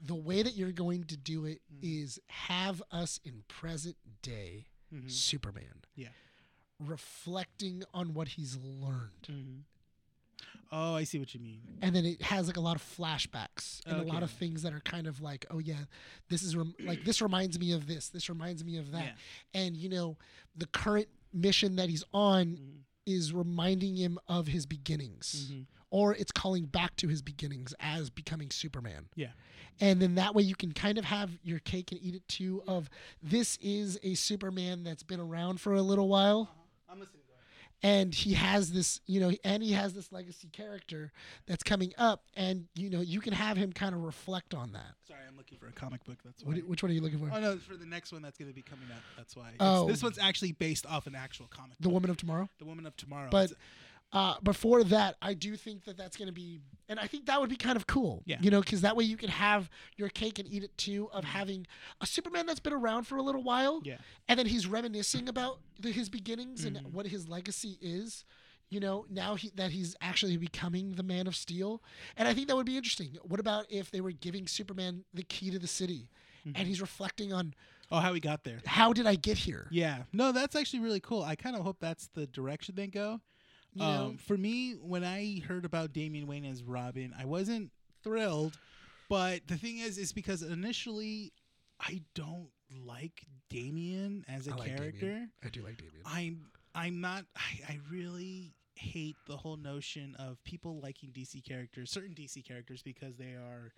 the way that you're going to do it is
Mhm.
have us in present day
Mhm.
Superman.
Yeah.
Reflecting on what he's learned.
Mhm. Oh, I see what you mean.
and then it has like a lot of flashbacks and a lot
Okay.
of things that are kind of like oh yeah this is rem- like this reminds me of this this reminds me of that and you know the current mission that he's on
Yeah. Mhm.
is reminding him of his beginnings
Mhm.
or it's calling back to his beginnings as becoming superman
Yeah.
and then that way you can kind of have your cake and eat it too of this is a superman that's been around for a little while
Uh-huh. I'm listening. Go ahead.
and he has this you know and he has this legacy character that's coming up and you know you can have him kind of reflect on that
Sorry, I'm looking for a comic book. That's why.
what, which one are you looking
*laughs*
for
Oh no, for the next one that's going to be coming out. That's why. It's-
Oh.
This one's actually based off an actual comic.
the
book.
woman of tomorrow
The Woman of Tomorrow.
But-
It's-
uh, before that i do think that that's going to be and i think that would be kind of cool
Yeah.
you know because that way you can have your cake and eat it too of having a superman that's been around for a little while
yeah.
and then he's reminiscing about the, his beginnings
Mhm.
and what his legacy is you know now he, that he's actually becoming the man of steel and i think that would be interesting what about if they were giving superman the key to the city
Mhm.
and he's reflecting on
Oh, how we got there.
how did i get here
Yeah. No, that's actually really cool. I kind of hope that's the direction they go.
you know?
Um, for me, when I heard about Damian Wayne as Robin, I wasn't thrilled. But the thing is, is because initially, I don't like Damian as a
I like Damian.
character.
i do like damien
I'm I'm not I, I really hate the whole notion of people liking DC characters, certain DC characters because they are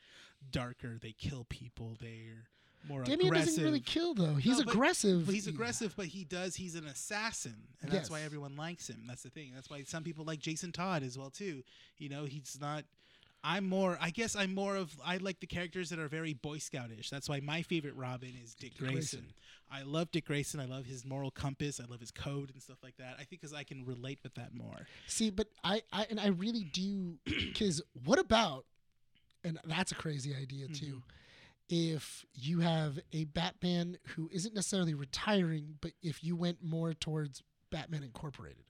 darker, they kill people, they're more
damien
aggressive.
doesn't really kill though he's
No, but-
aggressive
But he's
Yeah.
aggressive, but he does he's an assassin. And that's why
Mm-hmm. Yes.
everyone likes him. That's the thing. That's why some people like Jason Todd as well too. You know, he's not I'm more I guess I'm more of I like the characters that are very boy scoutish. That's why my favorite Robin is Dick
Grayson.
Grayson. I love Dick Grayson. I love his moral compass. I love his code and stuff like that. I think because I can relate with that more.
See, but I, I and I really do *clears throat* because what about and that's a crazy idea too.
Mm-hmm.
If you have a Batman who isn't necessarily retiring, but if you went more towards Batman Incorporated,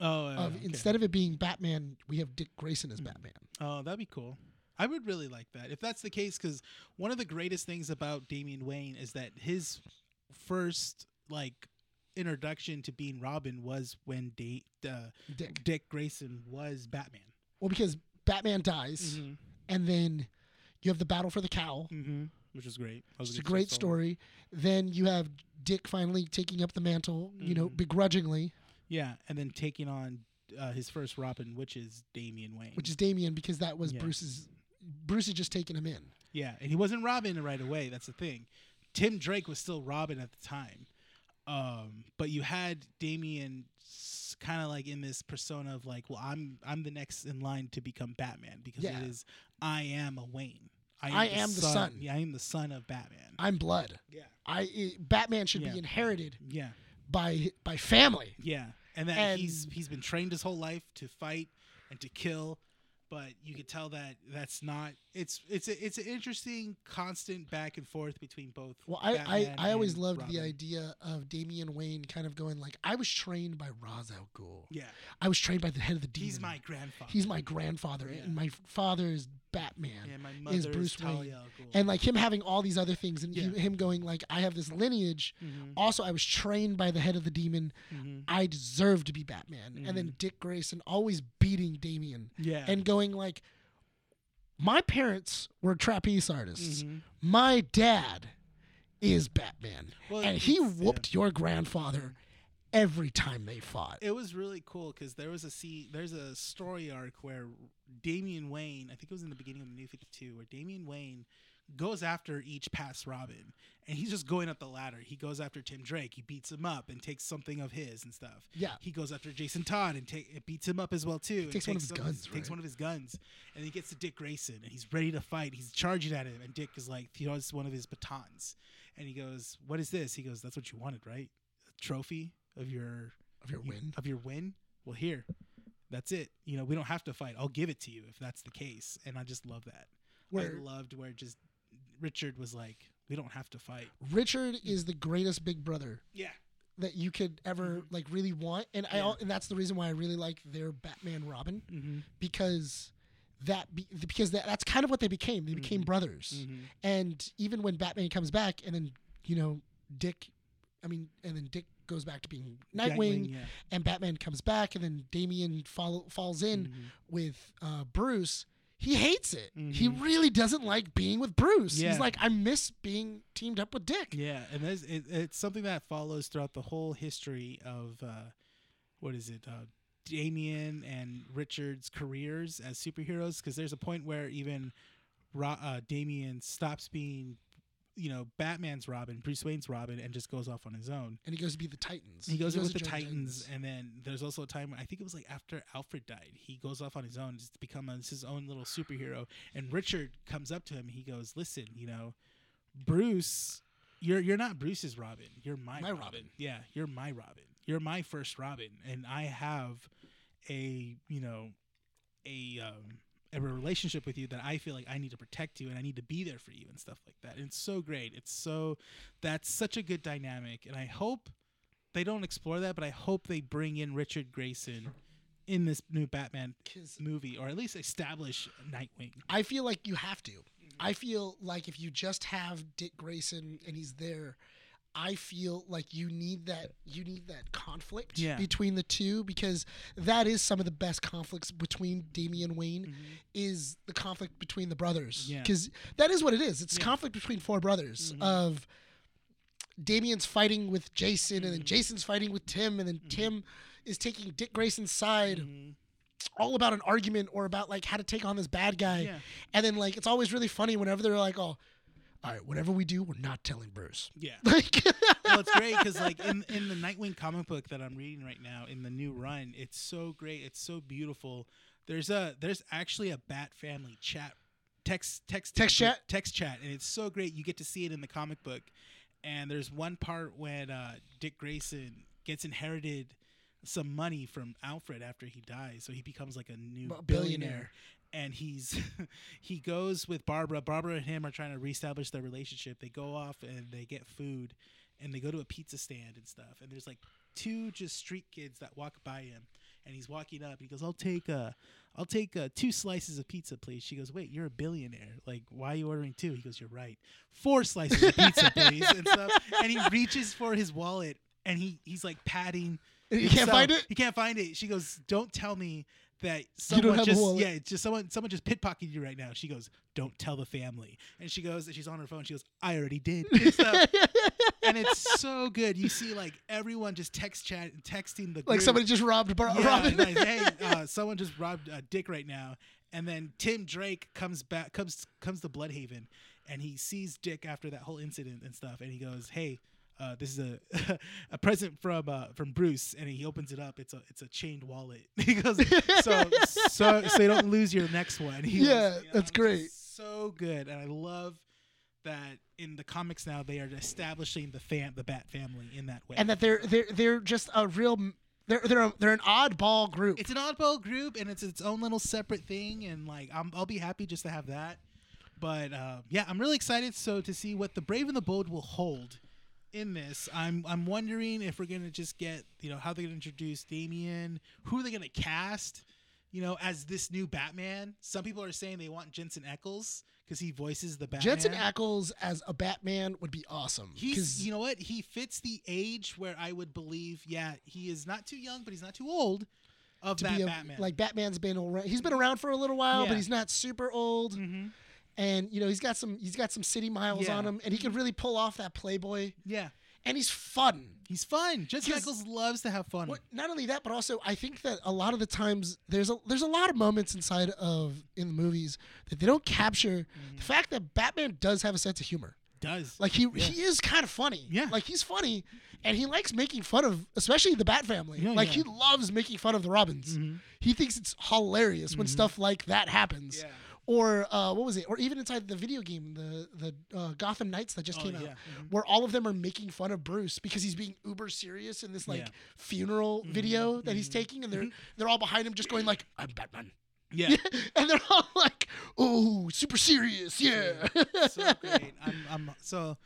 Oh,
of instead of it being Batman, we have Dick Grayson as
Mm.
Batman.
oh, that'd be cool. I would really like that if that's the case. Because one of the greatest things about Damian Wayne is that his first like introduction to being Robin was when da- uh,
Dick.
Dick Grayson was Batman.
Well, because Batman dies,
Mm-hmm.
and then you have the battle for the cowl.
Mm-hmm. Which was great. That was
It's a great story. Then you have Dick finally taking up the mantle, you know,
Mhm.
begrudgingly,
Yeah, and then taking on uh, his first Robin, which is Damian Wayne.
which is Damien, because that was
Yeah.
Bruce's. Bruce had just taken him in.
Yeah, and he wasn't Robin right away. That's the thing. Tim Drake was still Robin at the time. Um, but you had Damien kind of like in this persona of like, well, I'm I'm the next in line to become Batman because
Yeah.
it is I am a Wayne.
I am the son.
Yeah, I am the son of Batman.
I'm blood.
yeah,
I i- Batman should
Yeah.
be inherited
yeah,
by by family.
yeah. And that
And-
he's he's been trained his whole life to fight and to kill, but you could tell that that's not. It's it's a, it's an interesting constant back and forth between both.
Well, I,
Batman
I, I always
and
loved the
Robin.
idea of Damian Wayne kind of going like, I was trained by Ra's al Ghul. *clears throat*
Yeah.
I was trained by the head of the demon.
He's my grandfather.
he's my grandfather,
Yeah.
and my father is Batman.
yeah, my mother is
Bruce Wayne.
Talia al Ghul.
And like him having all these other things, and
Yeah.
he, him going like, I have this lineage.
Mhm,
Also, I was trained by the head of the demon.
mhm.
I deserve to be Batman. And then
Mm.
Dick Grayson always beating Damien
yeah,
and going like, my parents were trapeze artists.
Mhm.
my dad is Batman,
Well,
and he
it's- yeah.
whooped your grandfather every time they fought.
It was really cool because there was a scene, there's a story arc where Damian Wayne, I think it was in the beginning of the New Fifty Two, where Damian Wayne goes after each past Robin, and he's just going up the ladder. He goes after Tim Drake, he beats him up and takes something of his and stuff.
Yeah.
He goes after Jason Todd and take, and beats him up as well too. and
takes one of his
some
guns,
Takes
right?
one of his guns, and he gets to Dick Grayson, and he's ready to fight. He's charging at him, and Dick is like throws one of his batons, and he goes, "What is this?" He goes, "That's what you wanted, right? A trophy of your
of your
you-
win.
of your win well here that's it you know we don't have to fight i'll give it to you if that's the case and i just love that
Where
i loved where just richard was like we don't have to fight
Richard is the greatest big brother
yeah
that you could ever like really want, and I
Mm-hmm. Yeah.
al- and that's the reason why I really like their Batman Robin
mm-hmm.
because that be, because that, that's kind of what they became. They became
Mhm.
brothers, and even when Batman comes back, and then you know Dick, I mean, and then Dick goes back to being Nightwing,
yeah.
and Batman comes back, and then Damian follow, falls in
Mhm.
with uh, Bruce. He hates it. He
Mhm.
really doesn't like being with Bruce.
Yeah.
He's like, I miss being teamed up with Dick.
yeah and that's it, it's something that follows throughout the whole history of uh what is it uh damien and richard's careers as superheroes because there's a point where even Ro- uh, damien stops being you know batman's robin bruce wayne's robin and just goes off on his own
And he goes to be the Titans.
He goes in with
to
the
join
Titans, and then there's also a time when I think it was like after Alfred died, he goes off on his own to become a, his own little superhero. And Richard comes up to him. He goes, "Listen, you know, Bruce, you're you're not Bruce's Robin. You're my,
My
Robin.
Robin.
Yeah, you're my Robin. You're my first Robin, and I have a you know a um, a relationship with you that I feel like I need to protect you and I need to be there for you and stuff like that. And it's so great. It's so that's such a good dynamic, and I hope they don't explore that, but I hope they bring in Richard Grayson in this new Batman
'Cause
movie, or at least establish Nightwing.
I feel like you have to.
Mm-hmm.
I feel like if you just have Dick Grayson and he's there, I feel like you need that you need that conflict
Yeah.
between the two because that is some of the best conflicts between Damian Wayne
Mm-hmm.
is the conflict between the brothers
Yeah.
because that is what it is. It's
Yeah. Mm-hmm.
conflict between four brothers of Damien's fighting with Jason and
Mm-hmm.
then Jason's fighting with Tim and then Tim is taking Dick Grayson's side
Mm-hmm.
all about an argument or about like how to take on this bad guy.
Yeah.
And then like it's always really funny whenever they're like, "Oh, all right, whatever we do, we're not telling Bruce." *laughs*
Yeah.
Like
well, it's great because like in in the Nightwing comic book that I'm reading right now in the new run, it's so great. It's so beautiful. There's a there's actually a Bat family chat text text
Text chat?
text chat, and it's so great. You get to see it in the comic book. And there's one part when uh, Dick Grayson gets inherited some money from Alfred after he dies, so he becomes like a new
B-
billionaire
billionaire.
and he's *laughs* he goes with Barbara. Barbara and him are trying to reestablish their relationship. They go off and they get food and they go to a pizza stand and stuff. And there's like two just street kids that walk by him and he's walking up. He goes, "I'll take uh I'll take uh, two slices of pizza, please." She goes, "Wait, you're a billionaire. Like, why are you ordering two? He goes, "You're right. Four slices of pizza, please." and stuff. And he reaches for his wallet and he he's like patting
you can't
so,
find it.
You can't find it. She goes, "Don't tell me that
don't
someone
have a
just
wallet."
yeah, it's just someone someone just pickpocketed you right now." She goes, "Don't tell the family." And she goes, and she's on her phone. She goes, "I already
*laughs*
did." And, stuff. And it's so good. You see, like everyone just text chat texting the
like
group.
somebody just robbed Bar-
Yeah,
Robin.
like,
*laughs*
hey, uh, someone just robbed uh, Dick right now. And then Tim Drake comes back, comes comes to Bloodhaven, and he sees Dick after that whole incident and stuff, and he goes, "Hey, uh, this is a *laughs* a present from uh, from Bruce," and he opens it up. It's a it's a chained wallet. *laughs* he goes, "So so so you don't lose your next one." He goes,
Yeah,
"You it's
that's great."
So good, and I love that in the comics now they are establishing the fam the Bat family in that way,
and that they're they're they're just a real they're they're a, they're an oddball group.
it's an oddball group and it's its own little separate thing and like I'm, i'll be happy just to have that but um, yeah i'm really excited so to see what the brave and the bold will hold in this i'm i'm wondering if we're gonna just get you know how they're gonna introduce damien who they're gonna cast you know as this new batman some people are saying they want jensen eccles because he voices the batman
Jensen Ackles as a Batman would be awesome.
He's,
'cause-
you know what? He fits the age where I would believe. Yeah, he is not too young, but he's not too old. Of
to
that
be a,
Batman,
like Batman's been around. He's been around for a little while,
Yeah.
but he's not super old.
mm-hmm.
And you know he's got some he's got some city miles
Yeah.
on him, and he can really pull off that playboy.
Yeah,
and he's fun.
He's fun. Jesse
'Cause-
Michaels loves to have fun.
What, not only that, but also I think that a lot of the times there's a there's a lot of moments inside of in the movies that they don't capture the fact that Batman does have a sense of humor.
Does
Like he he is kind of funny.
Yeah.
Like he's funny, and he likes making fun of especially the Bat family.
Yeah,
like
yeah. Mm-hmm.
he loves making fun of the Robins. He thinks it's hilarious when stuff like that happens.
Yeah.
Or uh, what was it? Or even inside the video game, the the uh, Gotham Knights that just
Oh,
came out,
yeah. Mhm.
where all of them are making fun of Bruce because he's being uber serious in this like
Yeah. Mm-hmm.
funeral video that he's taking, and they're they're all behind him just going like, "I'm Batman," *laughs*
yeah.
and they're all like, "Oh, super serious, yeah." *laughs*
so great. I'm, I'm so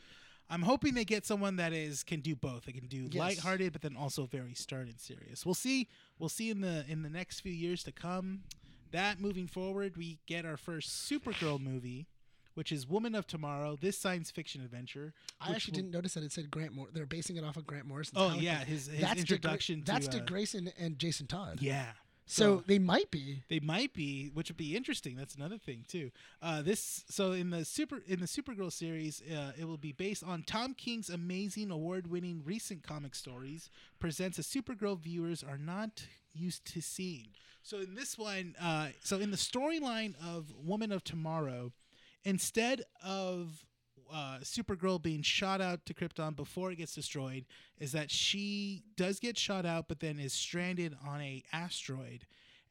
I'm hoping they get someone that is can do both. They can do
Yes.
lighthearted, but then also very stern and serious. We'll see. We'll see in the in the next few years to come. That moving forward, we get our first Supergirl movie, which is Woman of Tomorrow. This science fiction adventure.
I
which
actually
will-
didn't notice that it said Grant Mor. They're basing it off of Grant Morrison's.
Oh
comic
yeah,
book.
his, his
that's De Gra-
introduction. to,
that's
uh,
De Grayson and Jason Todd.
Yeah.
so, they might be.
They might be, which would be interesting. That's another thing too. Uh, this so in the super in the Supergirl series, uh, it will be based on Tom King's amazing award-winning recent comic stories. Presents a Supergirl viewers are not used to seeing. So in this one, uh, so in the storyline of Woman of Tomorrow, instead of uh, Supergirl being shot out to Krypton before it gets destroyed, is that she does get shot out, but then is stranded on a asteroid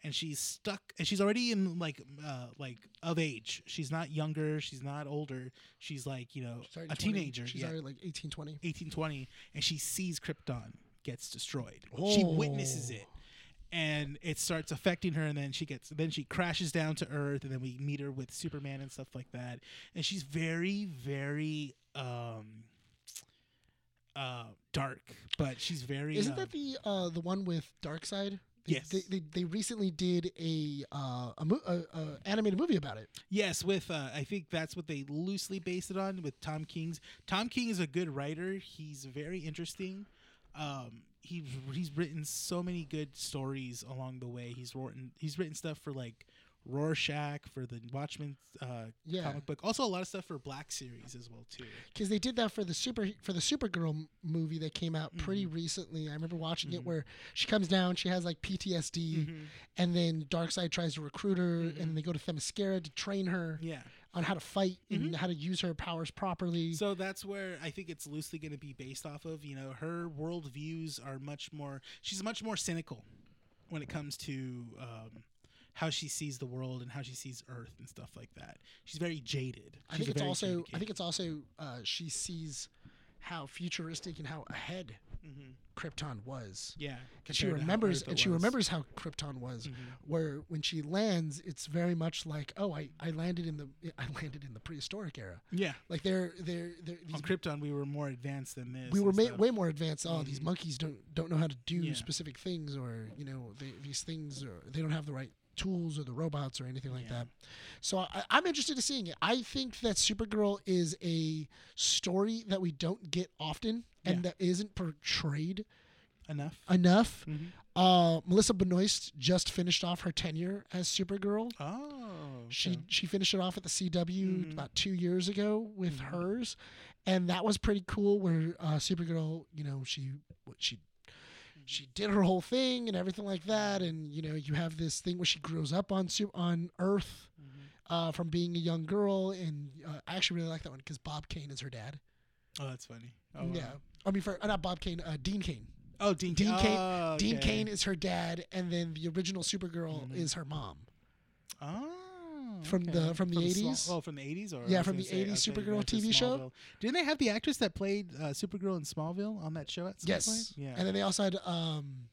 and she's stuck and she's already in like uh like of age she's not younger she's not older she's like you know
She's already
a
20.
teenager
She's
yeah,
already like 18, 20.
1820 and she sees krypton gets destroyed she witnesses
Oh.
it and it starts affecting her and then she gets then she crashes down to earth and then we meet her with superman and stuff like that and she's very very um uh dark but she's very
Isn't
uh,
that the uh, the one with Darkseid? They,
Yes.
They, they, they recently did a uh, a, mo- a, a animated movie about it.
Yes, with uh, I think that's what they loosely based it on with Tom King's. Tom King is a good writer. He's very interesting. Um, he he's written so many good stories along the way. He's written he's written stuff for like Rorschach for the Watchmen uh,
Yeah,
comic book. Also a lot of stuff for Black series as well too.
because they did that for the super for the Supergirl m- movie that came out pretty
Mm-hmm.
recently. I remember watching
Mhm.
it where she comes down, she has like PTSD,
Mm-hmm.
and then Darkseid tries to recruit her, and they go to Themyscira to train her.
Yeah.
on how to fight and how to use her powers properly.
Mm-hmm.
*laughs*
So that's where I think it's loosely going to be based off of. You know, her worldviews are much more. She's much more cynical when it comes to um, how she sees the world and how she sees Earth and stuff like that. She's very jaded.
I
She's
think
a
it's
very
also
jaded
I
kid.
think it's also uh, she sees how futuristic and how ahead
Mhm.
Krypton was.
yeah.
And she
compared to how
remembers
Earth
and
it
she
was. Mm-hmm.
remembers how Krypton was where when she lands it's very much like oh I, I landed in the I landed in the prehistoric era.
Yeah.
Like they're they're, they're these
On Krypton, we were more advanced than this.
we were
and
ma-
stuff.
way more advanced. Oh, these monkeys don't don't know how to do
Mm-hmm. Yeah.
specific things, or you know, they, these things, or they don't have the right tools or the robots or anything like
Yeah.
that. So I, I'm interested in seeing it. I think that Supergirl is a story that we don't get often and that isn't portrayed
enough.
enough.
Mhm.
Uh, Melissa Benoist just finished off her tenure as Supergirl.
Oh.
She
okay.
she finished it off at the CW
Mhm.
about two years ago with
Mm-hmm.
hers, and that was pretty cool. Where uh, Supergirl, you know, she what she
Mm-hmm.
she did her whole thing and everything like that, and you know, you have this thing where she grows up on Su- on Earth
Mhm.
uh, from being a young girl, and uh, I actually really like that one because Bob Kane is her dad.
Oh, that's funny. Oh,
yeah,
wow.
I mean, for uh, not Bob Kane, uh, Dean Kane.
Oh, Dean.
Dean Cain-
Oh,
Dean
okay.
Kane is her dad, and then the original Supergirl
Mhm.
is her mom.
Oh,
From the- from the
Small-
80s?
oh, from the eighties, or I
Yeah,
was
from
gonna
the
say, I
80s
was thinking
Supergirl
back to
TV show?
Smallville. Didn't they have the actress that played uh, Supergirl in Smallville on that show at some
Yes.
point? Yeah.
And then they also had um,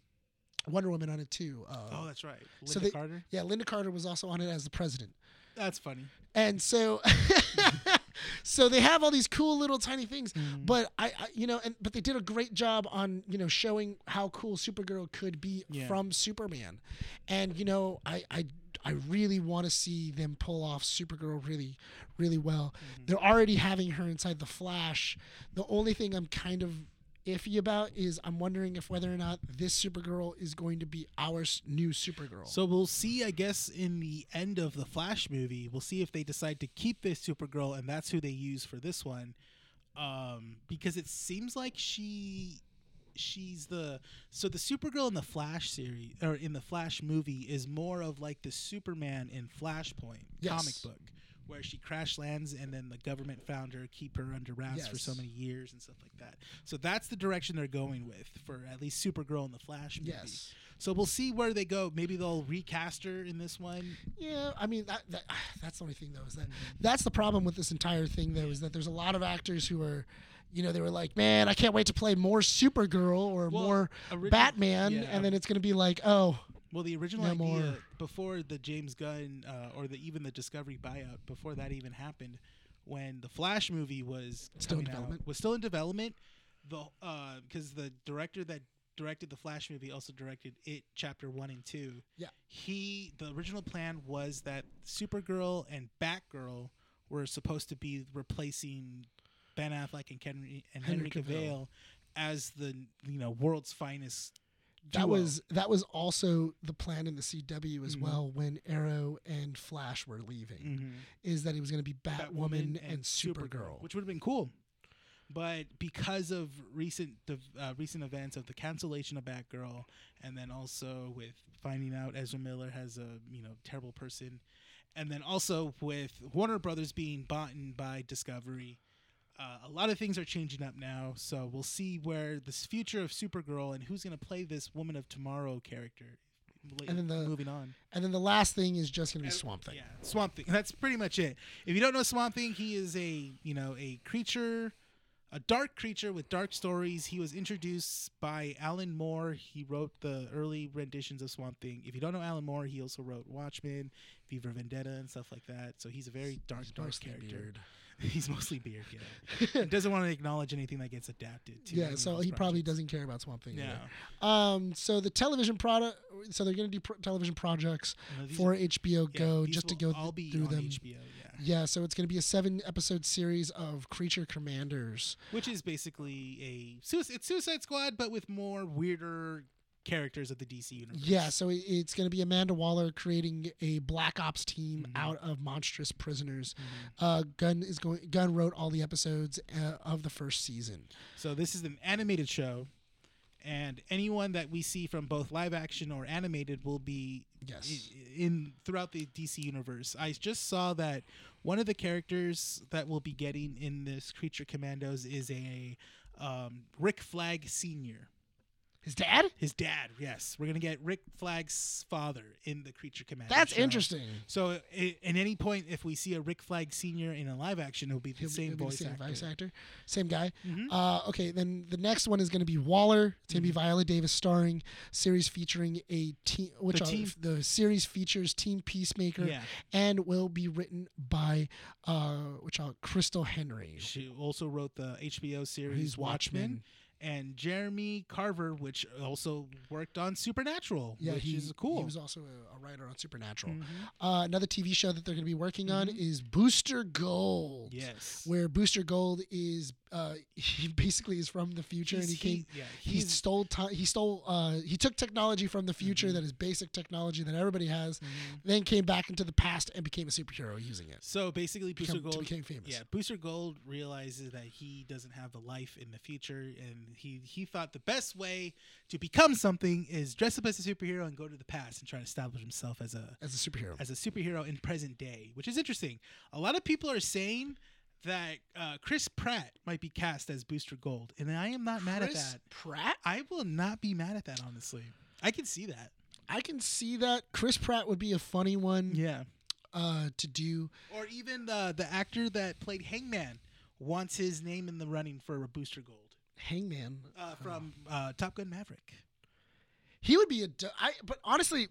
Wonder Woman on it too. Uh,
oh, that's right. Linda
so they-
Carter.
yeah, Linda Carter was also on it as the president.
That's funny.
And so *laughs* so they have all these cool little tiny things.
Mhm.
But I, I you know, and but they did a great job on, you know, showing how cool Supergirl could be
Yeah.
from Superman. And you know, I I I really want to see them pull off Supergirl really, really well. They're already having her inside the Flash. The only thing I'm kind of iffy about is I'm wondering if whether or not this Supergirl is going to be our s- new Supergirl.
So we'll see, I guess, in the end of the Flash movie, we'll see if they decide to keep this Supergirl, and that's who they use for this one, um, because it seems like she she's the so the Supergirl in the Flash series or in the Flash movie is more of like the Superman in Flashpoint comic
Yes.
book where she crash lands and then the government found her keep her under wraps for so
Yes.
many years and stuff like that. So that's the direction they're going with for at least Supergirl in the Flash movie.
Yes.
So we'll see where they go. Maybe they'll recast her in this one.
Yeah, I mean that, *sighs* that that's the only thing though is that
Mm-hmm.
that's the problem with this entire thing though is that there's a lot of actors who are you know they were like, "Man, I can't wait to play more Supergirl or
Well,
more
origi-
Batman."
yeah.
And then it's going to be like, "Oh,
Well, the original
No
idea
more.
before the James Gunn uh, or the even the Discovery buyout, before that even happened, when the Flash movie was
Still in
coming out-
development?
was still in development. The because the director that directed the Flash movie also directed it Chapter One and Two.
Yeah.
he the original plan was that Supergirl and Batgirl were supposed to be replacing Ben Affleck and Henry and Henry,
Henry
Cavill.
Cavill.
as the you know world's finest.
that
duo.
was that was also the plan in the CW as
Mhm.
well when Arrow and Flash were leaving
Mhm.
is that it was going to be Batwoman, and, Supergirl."
which would have been cool. But because of recent the uh, recent events of the cancellation of Batgirl, and then also with finding out Ezra Miller has a you know terrible person, and then also with Warner Brothers being bought in by Discovery, uh, a lot of things are changing up now. So we'll see where this future of Supergirl and who's going to play this Woman of Tomorrow character.
And then the-
moving on.
and then the last thing is just going to be
And-
Swamp Thing.
Yeah, Swamp Thing. That's pretty much it. If you don't know Swamp Thing, he is a you know a creature, a dark creature with dark stories. He was introduced by Alan Moore. He wrote the early renditions of Swamp Thing. If you don't know Alan Moore, he also wrote Watchmen, V for Vendetta, and stuff like that. So he's a very dark,
It's
dark
mostly
character.
beard.
*laughs* He's mostly beard.
*laughs*
Yeah, and doesn't want to acknowledge anything that gets adapted. to
Yeah,
any of
so
his
he probably
projects.
doesn't care about Swamp Thing.
No.
either. Um, so the television product, so they're going to do pro- television projects
No, these-
for HBO
yeah,
Go
these
just to
will
go
all
th-
be
through
on
them.
HBO, yeah.
Yeah, so it's going to be a seven episode series of creature commanders.
which is basically a suicide, it's Suicide Squad, but with more weirder characters of the DC universe.
Yeah, so it, it's going to be Amanda Waller creating a black ops team
Mhm.
out of monstrous prisoners.
Mm-hmm.
Uh, Gunn is going. Gunn wrote all the episodes uh, of the first season.
So this is an animated show, and anyone that we see from both live action or animated will be i-
Yes,
in throughout the DC universe. I just saw that one of the characters that we'll be getting in this Creature Commandos is a um, Rick Flag Senior.
his dad.
His dad, yes. We're gonna get Rick Flag's father in the Creature Commandos.
That's
show.
interesting.
So i at any point, if we see a Rick Flag senior in a live action, it'll be the
He'll be-
same
he'll be the
voice
same
actor.
voice actor, same guy.
Mhm.
Uh, okay, then the next one is going to be Waller. It's going to be
Mm-hmm.
Viola Davis starring series featuring a team, which
The
the,
team-
the series features Team Peacemaker
Yeah,
and will be written by uh, which I'll Crystal Henry.
she also wrote the HBO series
He's
Watchmen
Watchmen.
and Jeremy Carver, which also worked on Supernatural,
Yeah,
which
he,
is cool.
He was also a, a writer on Supernatural.
Mhm.
Uh, another TV show that they're going to be working on
Mhm.
is Booster Gold.
Yes,
Where Booster Gold is, uh, *laughs* he basically is from the future,
He's-
and he came
yeah,
he
he's,
stole time he stole uh he took technology from the future
Mhm.
that is basic technology that everybody has
Mhm.
then came back into the past and became a superhero using it
so basically Booster
became,
Gold.
became famous
Yeah, Booster Gold realizes that he doesn't have a life in the future, and he he thought the best way to become something is dress up as a superhero and go to the past and try to establish himself as a
as a superhero
as a superhero in present day, which is interesting. A lot of people are saying that uh, Chris Pratt might be cast as Booster Gold, and I am not mad at
Chris
that.
Pratt
I will not be mad at that, honestly. I can see that.
I can see that Chris Pratt would be a funny one
Yeah.
uh to do
Or even the the actor that played Hangman wants his name in the running for a Booster Gold
Hangman
uh, from uh, Top Gun Maverick.
he would be a d- I but honestly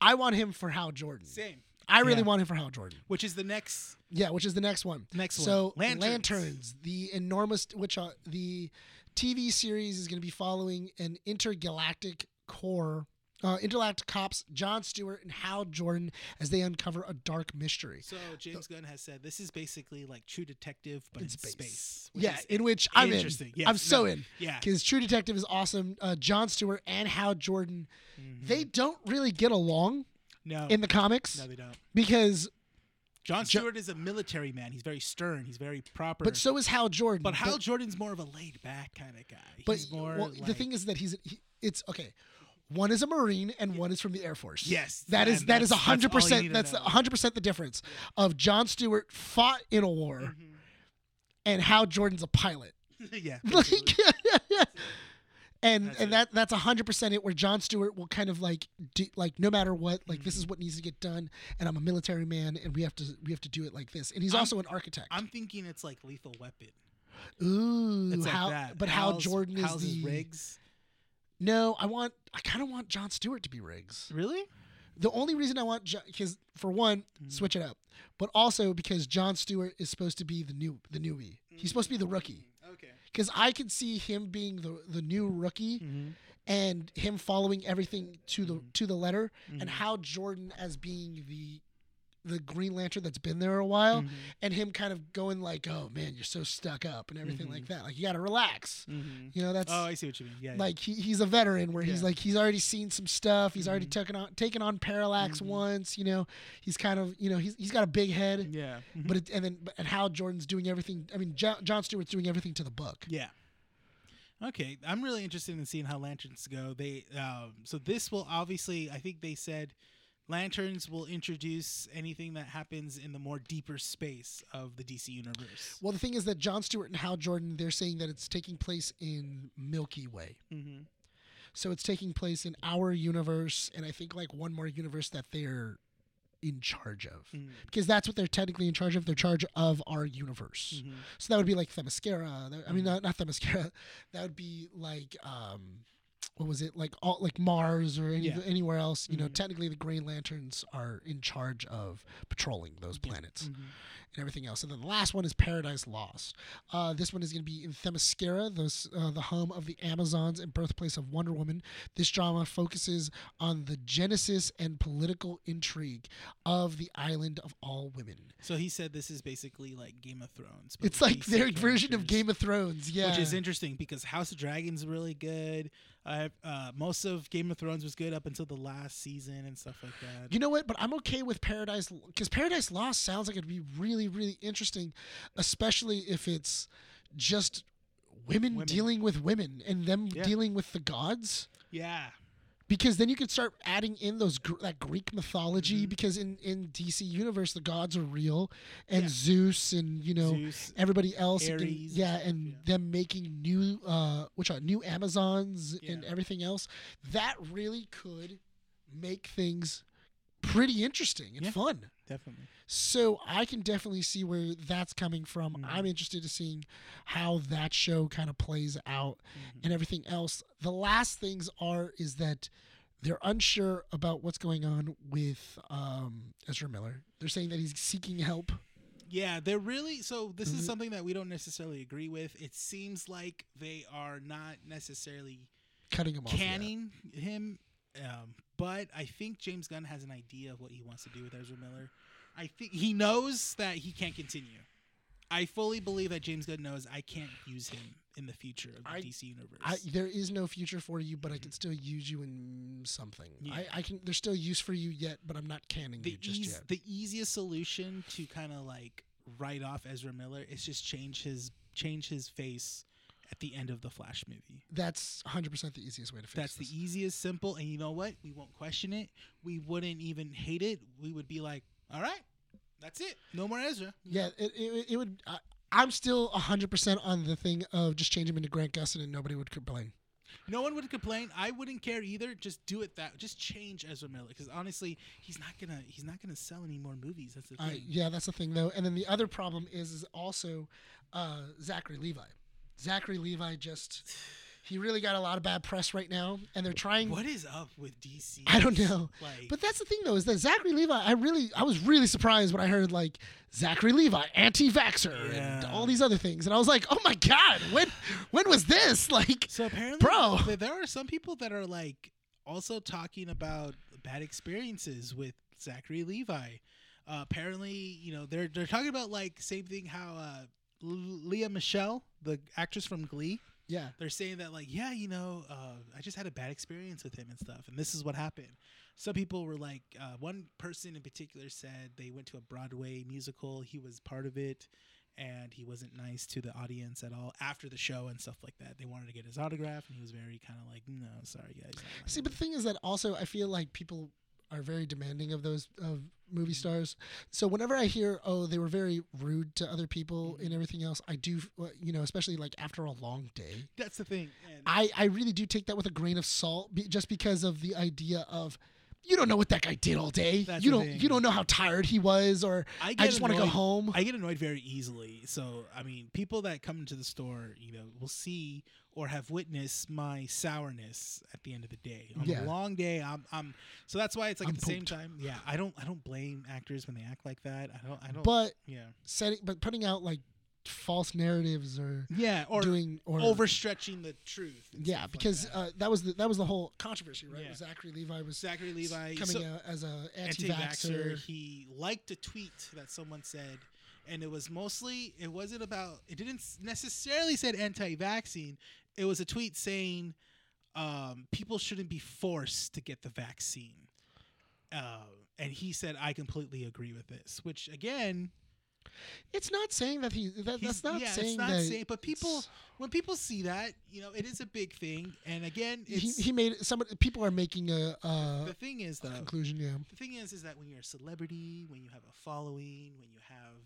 I want him for Hal Jordan
Same.
I really
Yeah.
want him for Hal Jordan
Which is the next
Yeah, which is the next one.
Next one.
so
Lanterns.
lanterns. the enormous, which are the TV series is going to be following an intergalactic core, uh, intergalactic cops John Stewart and Hal Jordan as they uncover a dark mystery.
So James Gunn has said this is basically like True Detective, but in,
In
space.
space.
which
yeah,
is-
in which I'm in.
interesting. Yes,
I'm so
no,
in
yeah.
because True Detective is awesome. Uh, John Stewart and Hal Jordan,
Mhm.
they don't really get along
no,
in the comics
no, they don't.
because
John
Jo-
Stewart is a military man. He's very stern. He's very proper.
But so is Hal Jordan.
But Hal Jordan's more of a laid back kind of guy.
But
he's more
well, the
like-
thing is that he's he, it's okay. One is a Marine and one is from the Air Force.
Yes,
that is
and
that
that's-
is
that's all you
hundred
need
percent.
to
That's
know.
hundred percent the difference of John Stewart fought in a war
Mm-hmm.
and how Jordan's a pilot.
*laughs*
*laughs*
yeah.
Like,
absolutely.
*laughs* and
That's it.
and that that's hundred percent it. Where John Stewart will kind of like do, like no matter what, like this
Mm-hmm.
is what needs to get done, and I'm a military man, and we have to we have to do it like this. And he's
I'm-
also an architect.
I'm thinking it's like Lethal Weapon.
Ooh,
It's like
how,
that.
but how
Hal's-
Jordan is
Hal's
the
Riggs.
no. I want I kind of want John Stewart to be Riggs.
Really?
The only reason I want because for one,
Mhm.
switch it up, but also because John Stewart is supposed to be the new the newbie. He's supposed to be the rookie
Okay.
because I could see him being the the new rookie
Mm. Mm-hmm.
and him following everything to the to the letter, and how Jordan as being the the Green Lantern that's been there a while,
Mm. Mm-hmm.
and him kind of going like, "Oh man, you're so stuck up," and everything like that. Like you got to relax. You know that's
Oh, I see what you mean. Yeah. yeah.
like he, he's a veteran where he's
Yeah.
like he's already seen some stuff he's already
Mhm.
taken on taken on parallax
Mhm.
once you know he's kind of you know he's, he's got a big head
yeah. Mhm.
but it, and then but- and how jordan's doing everything i mean jo- john stewart's doing everything to the book
Yeah. Okay, I'm really interested in seeing how lanterns go. They um, so this will obviously, I think they said, lanterns will introduce anything that happens in the more deeper space of the DC universe.
well the thing is that john stewart and hal jordan they're saying that it's taking place in milky way
Mm-hmm.
so it's taking place in our universe and i think like one more universe that they're in charge of
Mm-hmm.
because that's what they're technically in charge of they're charge of our universe So that would be like Themyscira. That- I mean,
Mhm.
not, not Themyscira. *laughs* That would be like um, what was it? Like all like Mars or any,
Yeah.
anywhere else. You know,
Mhm.
technically the Green Lanterns are in charge of patrolling those
Yeah. Mm.
planets and everything else. And then the last one is Paradise Lost. Uh, this one is going to be in Themyscira, those, uh, the home of the Amazons and birthplace of Wonder Woman. This drama focuses on the genesis and political intrigue of the island of all women.
So he said this is basically like Game of Thrones.
It's like their version of
Game.
Game of Thrones. Yeah.
Which is interesting because House of Dragons really good. Uh, uh, most of Game of Thrones was good up until the last season and stuff like that.
You know what? But I'm okay with Paradise because Paradise Lost sounds like it'd be really, really interesting, especially if it's just women,
Women.
dealing with women and them
Yeah.
dealing with the gods.
yeah,
Because then you could start adding in those gr- that Greek mythology.
Mhm.
Because in in DC universe, the gods are real, and
Yeah.
Zeus and you know
Zeus.
everybody else. and-
Ares and
yeah,
stuff,
and
yeah.
them making new uh which are new Amazons and
Yeah.
everything else. That really could make things pretty interesting and
Yeah.
fun.
definitely.
So I can definitely see where that's coming from.
Mhm.
I'm interested to seeing how that show kind of plays out
Mm-hmm.
and everything else. The last things are is that they're unsure about what's going on with um, Ezra Miller. They're saying that he's seeking help.
Yeah, they're really so. This
Mhm.
is something that we don't necessarily agree with. It seems like they are not necessarily
Cutting him off. yet.
canning him, um, but I think James Gunn has an idea of what he wants to do with Ezra Miller. I think he knows that he can't continue. I fully believe that James Gunn knows I can't use him in the future of the
I-
DC universe.
I, there is no future for you, but I can still use you in something.
Mm-hmm. Yeah.
I, I can. There's still use for you yet, but I'm not canning
the
you just
eas-
yet.
the easiest solution to kind of like write off Ezra Miller is just change his change his face at the end of the Flash movie.
That's 100 percent the easiest way to fix
That's
this.
the easiest, simple, and you know what? We won't question it. We wouldn't even hate it. We would be like, "All right, that's it. No more Ezra."
yeah, it, it, it would. I, I'm still 100 percent on the thing of just change him into Grant Gustin, and nobody would complain.
No one would complain. I wouldn't care either. Just do it that. Just change Ezra Miller because honestly, he's not gonna. He's not gonna sell any more movies. That's the thing.
I, yeah, that's the thing though. And then the other problem is, is also uh, Zachary Levi. Zachary Levi just he really got a lot of bad press right now, and they're trying.
What is up with DC?
I don't know.
Like,
But that's the thing though, is that Zachary Levi, I really I was really surprised when I heard like Zachary Levi, anti vaxxer and
Yeah.
all these other things. And I was like, Oh my god, when when was this? *laughs* Like
so apparently,
Bro.
th- there are some people that are like also talking about bad experiences with Zachary Levi. Uh, apparently, you know, they're they're talking about like same thing how uh, L- Leah Michelle, the actress from Glee,
Yeah.
they're saying that like yeah you know uh, i just had a bad experience with him and stuff and this is what happened some people were like, uh, one person in particular said they went to a Broadway musical. He was part of it, and he wasn't nice to the audience at all after the show and stuff like that. They wanted to get his autograph, and he was very kind of like, "No, sorry guys." not my
See, but
bad."
the thing is that also I feel like people are very demanding of those of movie stars. So whenever I hear, oh, they were very rude to other people and everything else, I do, uh, you know, especially like after a long day,
that's the thing. And
I I really do take that with a grain of salt, be, just because of the idea of. You don't know what that guy did all day.
That's
you
the
don't.
thing.
You don't know how tired he was, or
I,
I just want to go
annoyed-
home.
I get annoyed very easily. So, I mean, people that come into the store, you know, will see or have witnessed my sourness at the end of the day. On a
Yeah.
long day, I'm, I'm so that's why it's like
I'm
at the same time. Yeah, I don't I don't blame actors when they act like that. I don't I don't
but
yeah.
setting, but putting out like false narratives or,
Yeah, or
doing or
overstretching the truth. and stuff
Yeah,
like
because
that.
uh, that was the that was the whole controversy, right?
Yeah.
Zachary Levi was
Zachary Levi
coming
so-
out as a
anti-vaxxer.
anti-vaxxer.
He liked a tweet that someone said, and it was mostly it wasn't about it didn't s- necessarily said anti-vaccine. It was a tweet saying um, people shouldn't be forced to get the vaccine, uh, and he said I completely agree with this. Which again,
It's not saying that he
he's-
that, that's not
yeah,
saying
it's not
that
saying, but people
it's-
when people see that, you know, it is a big thing. And again,
he,
it's,
he made some people are making a, a,
the thing is
a
though.
conclusion. Yeah,
the thing is is that when you're a celebrity when you have a following when you have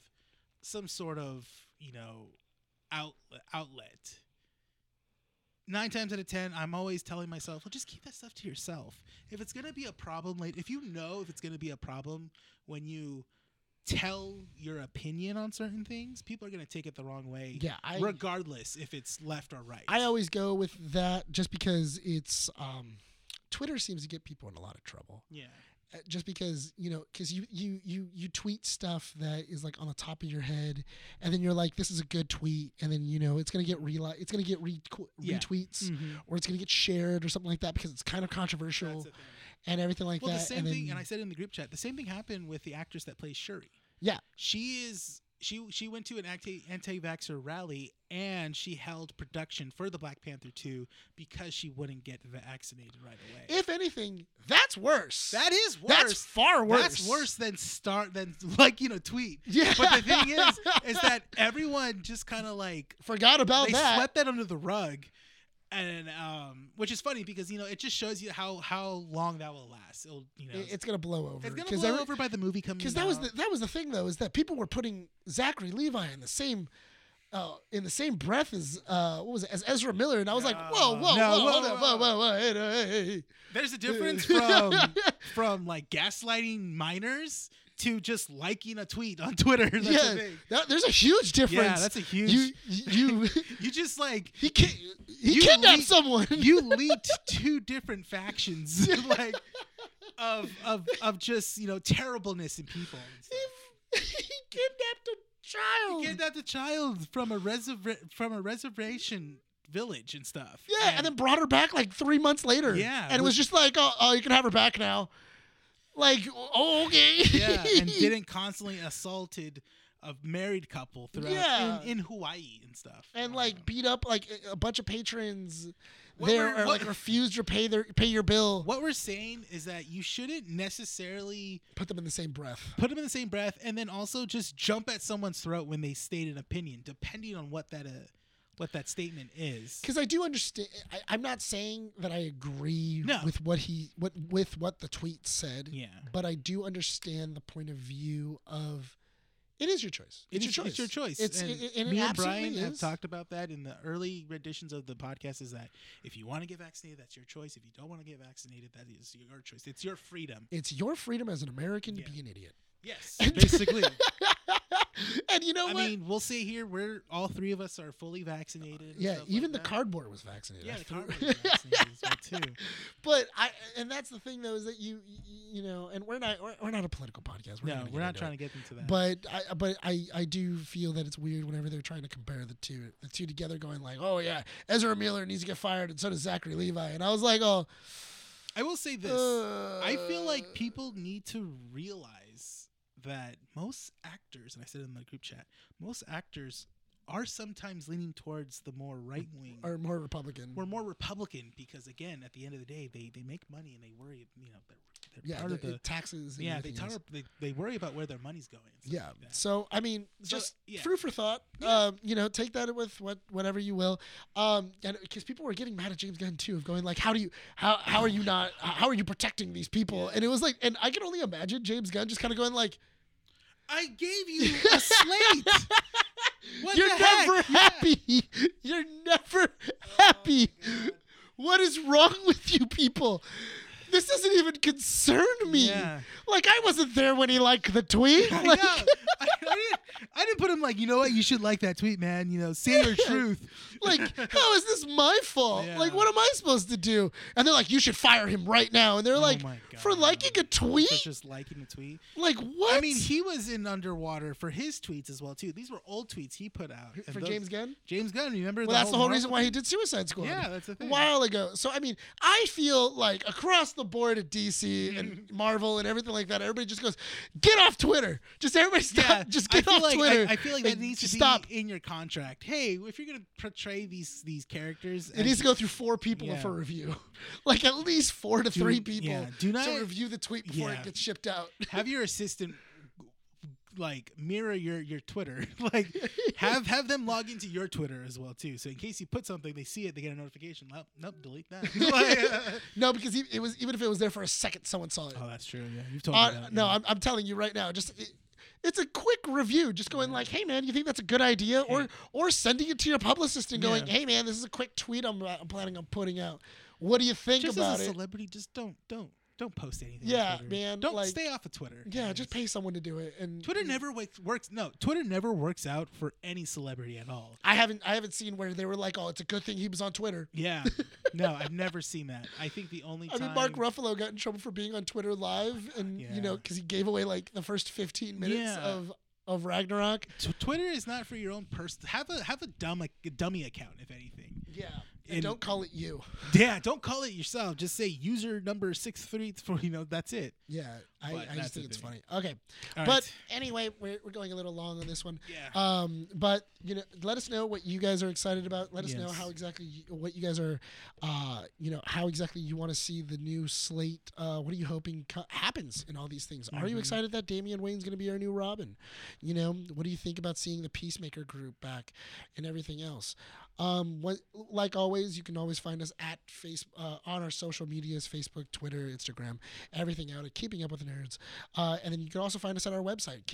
some sort of you know outlet outlet nine times out of ten i'm always telling myself well just keep that stuff to yourself if it's gonna be a problem late if you know if it's gonna be a problem when you tell your opinion on certain things people are gonna take it the wrong way
yeah. I
regardless if it's left or right
I always go with that just because it's um, Twitter seems to get people in a lot of trouble.
yeah
Uh, Just because you know, because you you you you tweet stuff that is like on the top of your head, and then you're like, this is a good tweet, and then you know it's gonna get re it's gonna get re-
Yeah. Mm.
retweets. or it's going to get shared or something like that because it's kind of
That's
controversial
the thing.
and everything like
well,
that.
the same
and then,
thing, and I said in the group chat, the same thing happened with the actress that plays Shuri.
Yeah.
she is. She she went to an anti anti vaxxer rally and she held production for the Black Panther two because she wouldn't get vaccinated right away.
if anything, that's worse.
that is worse.
That's far worse.
That's worse than start than like you know tweet.
*laughs* Yeah.
But the thing is, is that everyone just kind of like
*laughs* forgot about
they
that.
swept that under the rug and um which is funny because you know it just shows you how how long that will last it'll you know
It- it's going to blow over
it's gonna
'cause
blow
every-
over by the movie coming
that was
out.
the, that was the thing though is that people were putting Zachary Levi in the same. Uh, in the same breath as uh, what was it? As Ezra Miller, and I was like, whoa,
No.
whoa,
No,
whoa,
whoa,
hold up, whoa,
whoa.
whoa, whoa, hey, hey, hey.
There's
Uh,
a
*laughs*
difference from from like gaslighting minors to just liking a tweet on Twitter. *laughs* That's
yeah,
the thing.
that- there's a huge
Yeah,
difference.
that's a huge.
you,
You,
you,
*laughs* just
*laughs*
like
he, ki- he
You
kidnapped
leak-
someone.
you leaked two different factions, like of of of just you know terribleness in people.
*laughs* he kidnapped a child.
Get that the child from a reserva- from a reservation village and stuff.
yeah, and, then brought her back like three months later.
Yeah,
and it was just like, oh, oh, you can have her back now. Like, oh, okay.
yeah,
*laughs*
and didn't constantly assaulted a married couple throughout
Yeah.
in, in Hawaii and stuff.
And
Um,
like beat up like a- a bunch of patrons
What
there,
were-
or
what-
like refused to pay their pay your bill.
what we're saying is that you shouldn't necessarily
Put them in the same breath.
put them in the same breath and then also just jump at someone's throat when they state an opinion depending on what that uh, what that statement is
Because I do understand. I, I'm not saying that I agree
No.
with what he what with what the tweet said,
yeah
but I do understand the point of view of. It is your choice. It's
It is-
your choice.
It's your choice.
It's
and
it, it, and
me
it
and
absolutely
Brian have
is.
talked about that in the early renditions of the podcast. Is that if you want to get vaccinated, that's your choice. If you don't want to get vaccinated, that is your choice. It's your freedom.
It's your freedom as an American
Yeah.
to be an idiot. *laughs*
Yes, basically. *laughs*
and you know
I
what?
mean, we'll see here. We're all three of us are fully vaccinated. and
yeah,
stuff like
even the
that.
cardboard was vaccinated.
Yeah,
I *laughs*
the
threw-
cardboard was vaccinated as
*laughs*
well, too.
but I and that's the thing though is that you you- you know and we're not we're, we're not a political podcast. We're
No,
gonna
we're
get
not
into
trying
it.
to get into that.
But I but I I do feel that it's weird whenever they're trying to compare the two the two together, going like, oh yeah, Ezra Miller needs to get fired, and so does Zachary Levi, and I was like, oh,
I will say this: I feel
uh,
like people need to realize that most actors, and I said it in the group chat, most actors are sometimes leaning towards the more right wing
or more Republican.
we're more Republican because again, at the end of the day, they, they make money and they worry, you know, they're, they're
yeah,
part
the,
of the
it taxes. And
yeah they,
everything else.
tar- they they worry about where their money's going. and stuff
Yeah.
like that.
So I mean,
So,
just
yeah.
food for thought.
Yeah.
Um, you know, take that with what whatever you will. Um, and because people were getting mad at James Gunn too, of going like, how do you, how how are you not, how are you protecting these people? And it was like, and I can only imagine James Gunn just kind of going like,
I gave
*laughs*
you a slate. What
you're
the heck? Oh,
never *laughs* happy. You're never happy. what is wrong with you people? This doesn't even concern me.
Yeah.
Like I wasn't there when he liked the tweet.
I
*laughs* Like,
know. I, I didn't, I didn't put him like, you know what? You should like that tweet, man. You know, say your truth.
like
*laughs*
how is this my fault
Yeah.
like what am i supposed to do and they're like you should fire him right now and they're
Oh
like
my
for
God.
liking a tweet
For just liking the tweet.
like what
I mean, he was in underwater for his tweets as well too. These were old tweets he put out and
for
those-
james gunn
James Gunn. Remember?
well that's the whole
Marvel
reason why he
thing?
did suicide squad
Yeah, that's the
a
thing.
while ago so i mean i feel like across the board at
*laughs*
dc and marvel and everything like that everybody just goes get off twitter just everybody stop
Yeah,
just
I
get
feel
off
like,
twitter
I, I feel like
and
that needs to
just stop
be in your contract. Hey, if you're gonna portray these these characters,
it needs to go through four people
Yeah.
for review *laughs* like at least four to
Do-
three people
yeah, do not-
to review the tweet before
Yeah.
it gets shipped out
have your assistant like mirror your your Twitter. *laughs* like have have them log into your Twitter as well too. So in case you put something, they see it, they get a notification. Nope, nope delete that. *laughs*
*laughs*
Like-
No, because e- it was even if it was there for a second, someone saw it.
oh, that's true. Yeah, you've told
Uh,
me that.
no,
yeah.
I'm, I'm telling you right now, just it, it's a quick review, just going like, "Hey man, you think that's a
*laughs*
good idea?" Or or sending it to your publicist and going,
Yeah.
"Hey man, this is a quick tweet I'm, uh, I'm planning on putting out. What do you think
just
about
as a
it?"
celebrity, just don't don't don't post anything. on
Yeah,
Twitter.
man,
Don't
like-
stay off of Twitter.
yeah,
guys.
just pay someone to do it. And
Twitter never works, works. No, Twitter never works out for any celebrity at all.
I haven't I haven't seen where they were like, "Oh, it's a good thing he was on Twitter." *laughs*
Yeah, no, I've never seen that. I think the only
I
time
mean, Mark Ruffalo got in trouble for being on Twitter live, and you know,
yeah.
because he gave away like the first 15 minutes
Yeah.
of of Ragnarok.
T- Twitter is not for your own person. Have a have a dumb a dummy account if anything.
Yeah, and,
And-
don't call it you.
Yeah, don't call it yourself. Just say user number six three four. You know that's it.
Yeah, I,
But
I
that's
just
the
think it's
thing.
funny. Okay,
All
but
right.
anyway, we're, we're going a little long on this one.
yeah,
Um, but you know, let us know what you guys are excited about. Let us know
Yes.
how exactly you, what you guys are, uh, you know, how exactly you want to see the new slate. Uh, what are you hoping co- happens in all these things? Are you
Mhm.
excited that Damian Wayne's going to be our new Robin? You know, what do you think about seeing the Peacemaker group back and everything else? Um, what, like always, you can always find us at face uh, on our social medias: Facebook, Twitter, Instagram, everything out at Keeping Up with the Nerds. Uh, and then you can also find us at our website,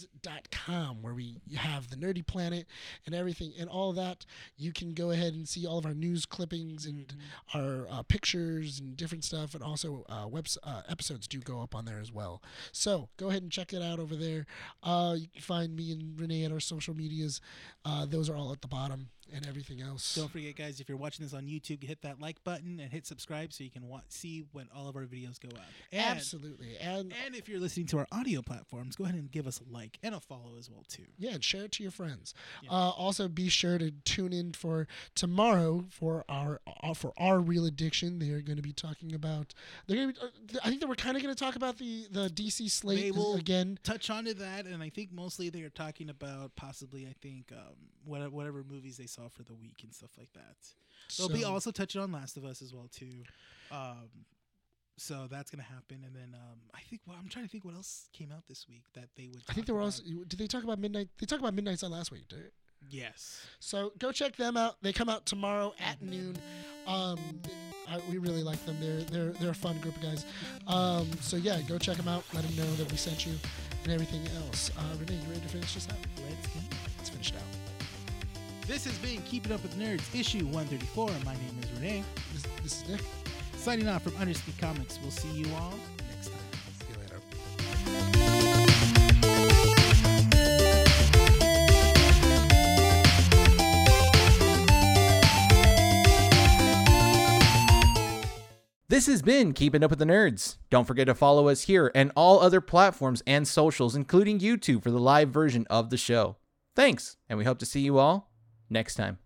keepingupwiththenerds.com, where we have the Nerdy Planet and everything and all that. You can go ahead and see all of our news clippings and our uh, pictures and different stuff. And also, uh, webs- uh, episodes do go up on there as well. So go ahead and check it out over there. Uh, you can find me and Renee at our social medias. Uh, those are all at the bottom and everything else.
Don't forget, guys, if you're watching this on YouTube, hit that like button and hit subscribe so you can wa- see when all of our videos go up. And,
Absolutely. And,
And if you're listening to our audio platforms, go ahead and give us a like and a follow as well too.
yeah, and share it to your friends.
Yeah.
Uh, also, be sure to tune in for tomorrow for our uh, for our real addiction. They are going to be talking about. They're going to be. Uh, I think that we're kind of going to talk about the the DC
They
slate
will-
again.
Touch on to that, and I think mostly they are talking about possibly, I think, um, what, whatever movies they saw for the week and stuff like that. They'll be
So-
also touching on Last of Us as well too. Um, so that's gonna happen, and then um, I think well, I'm trying to think what else came out this week that they would.
I
talk
think they were
about.
also. Did they talk about midnight? They talked about midnight sun last week. Dude.
yes.
So go check them out. They come out tomorrow at noon. Um, I, we really like them. They're they're they're a fun group of guys. Um, so yeah, go check them out. Let them know that we sent you and everything else. Uh, Renee, you ready to finish this out?
Let's get it.
Let's finish it out.
This has been Keeping Up with Nerds, issue 134. My name is Renee.
This, this is Nick.
Signing off from Underspeak Comics. We'll see you all next time.
See you later.
This has been Keeping Up with the Nerds. Don't forget to follow us here and all other platforms and socials, including YouTube, for the live version of the show. Thanks, and we hope to see you all next time.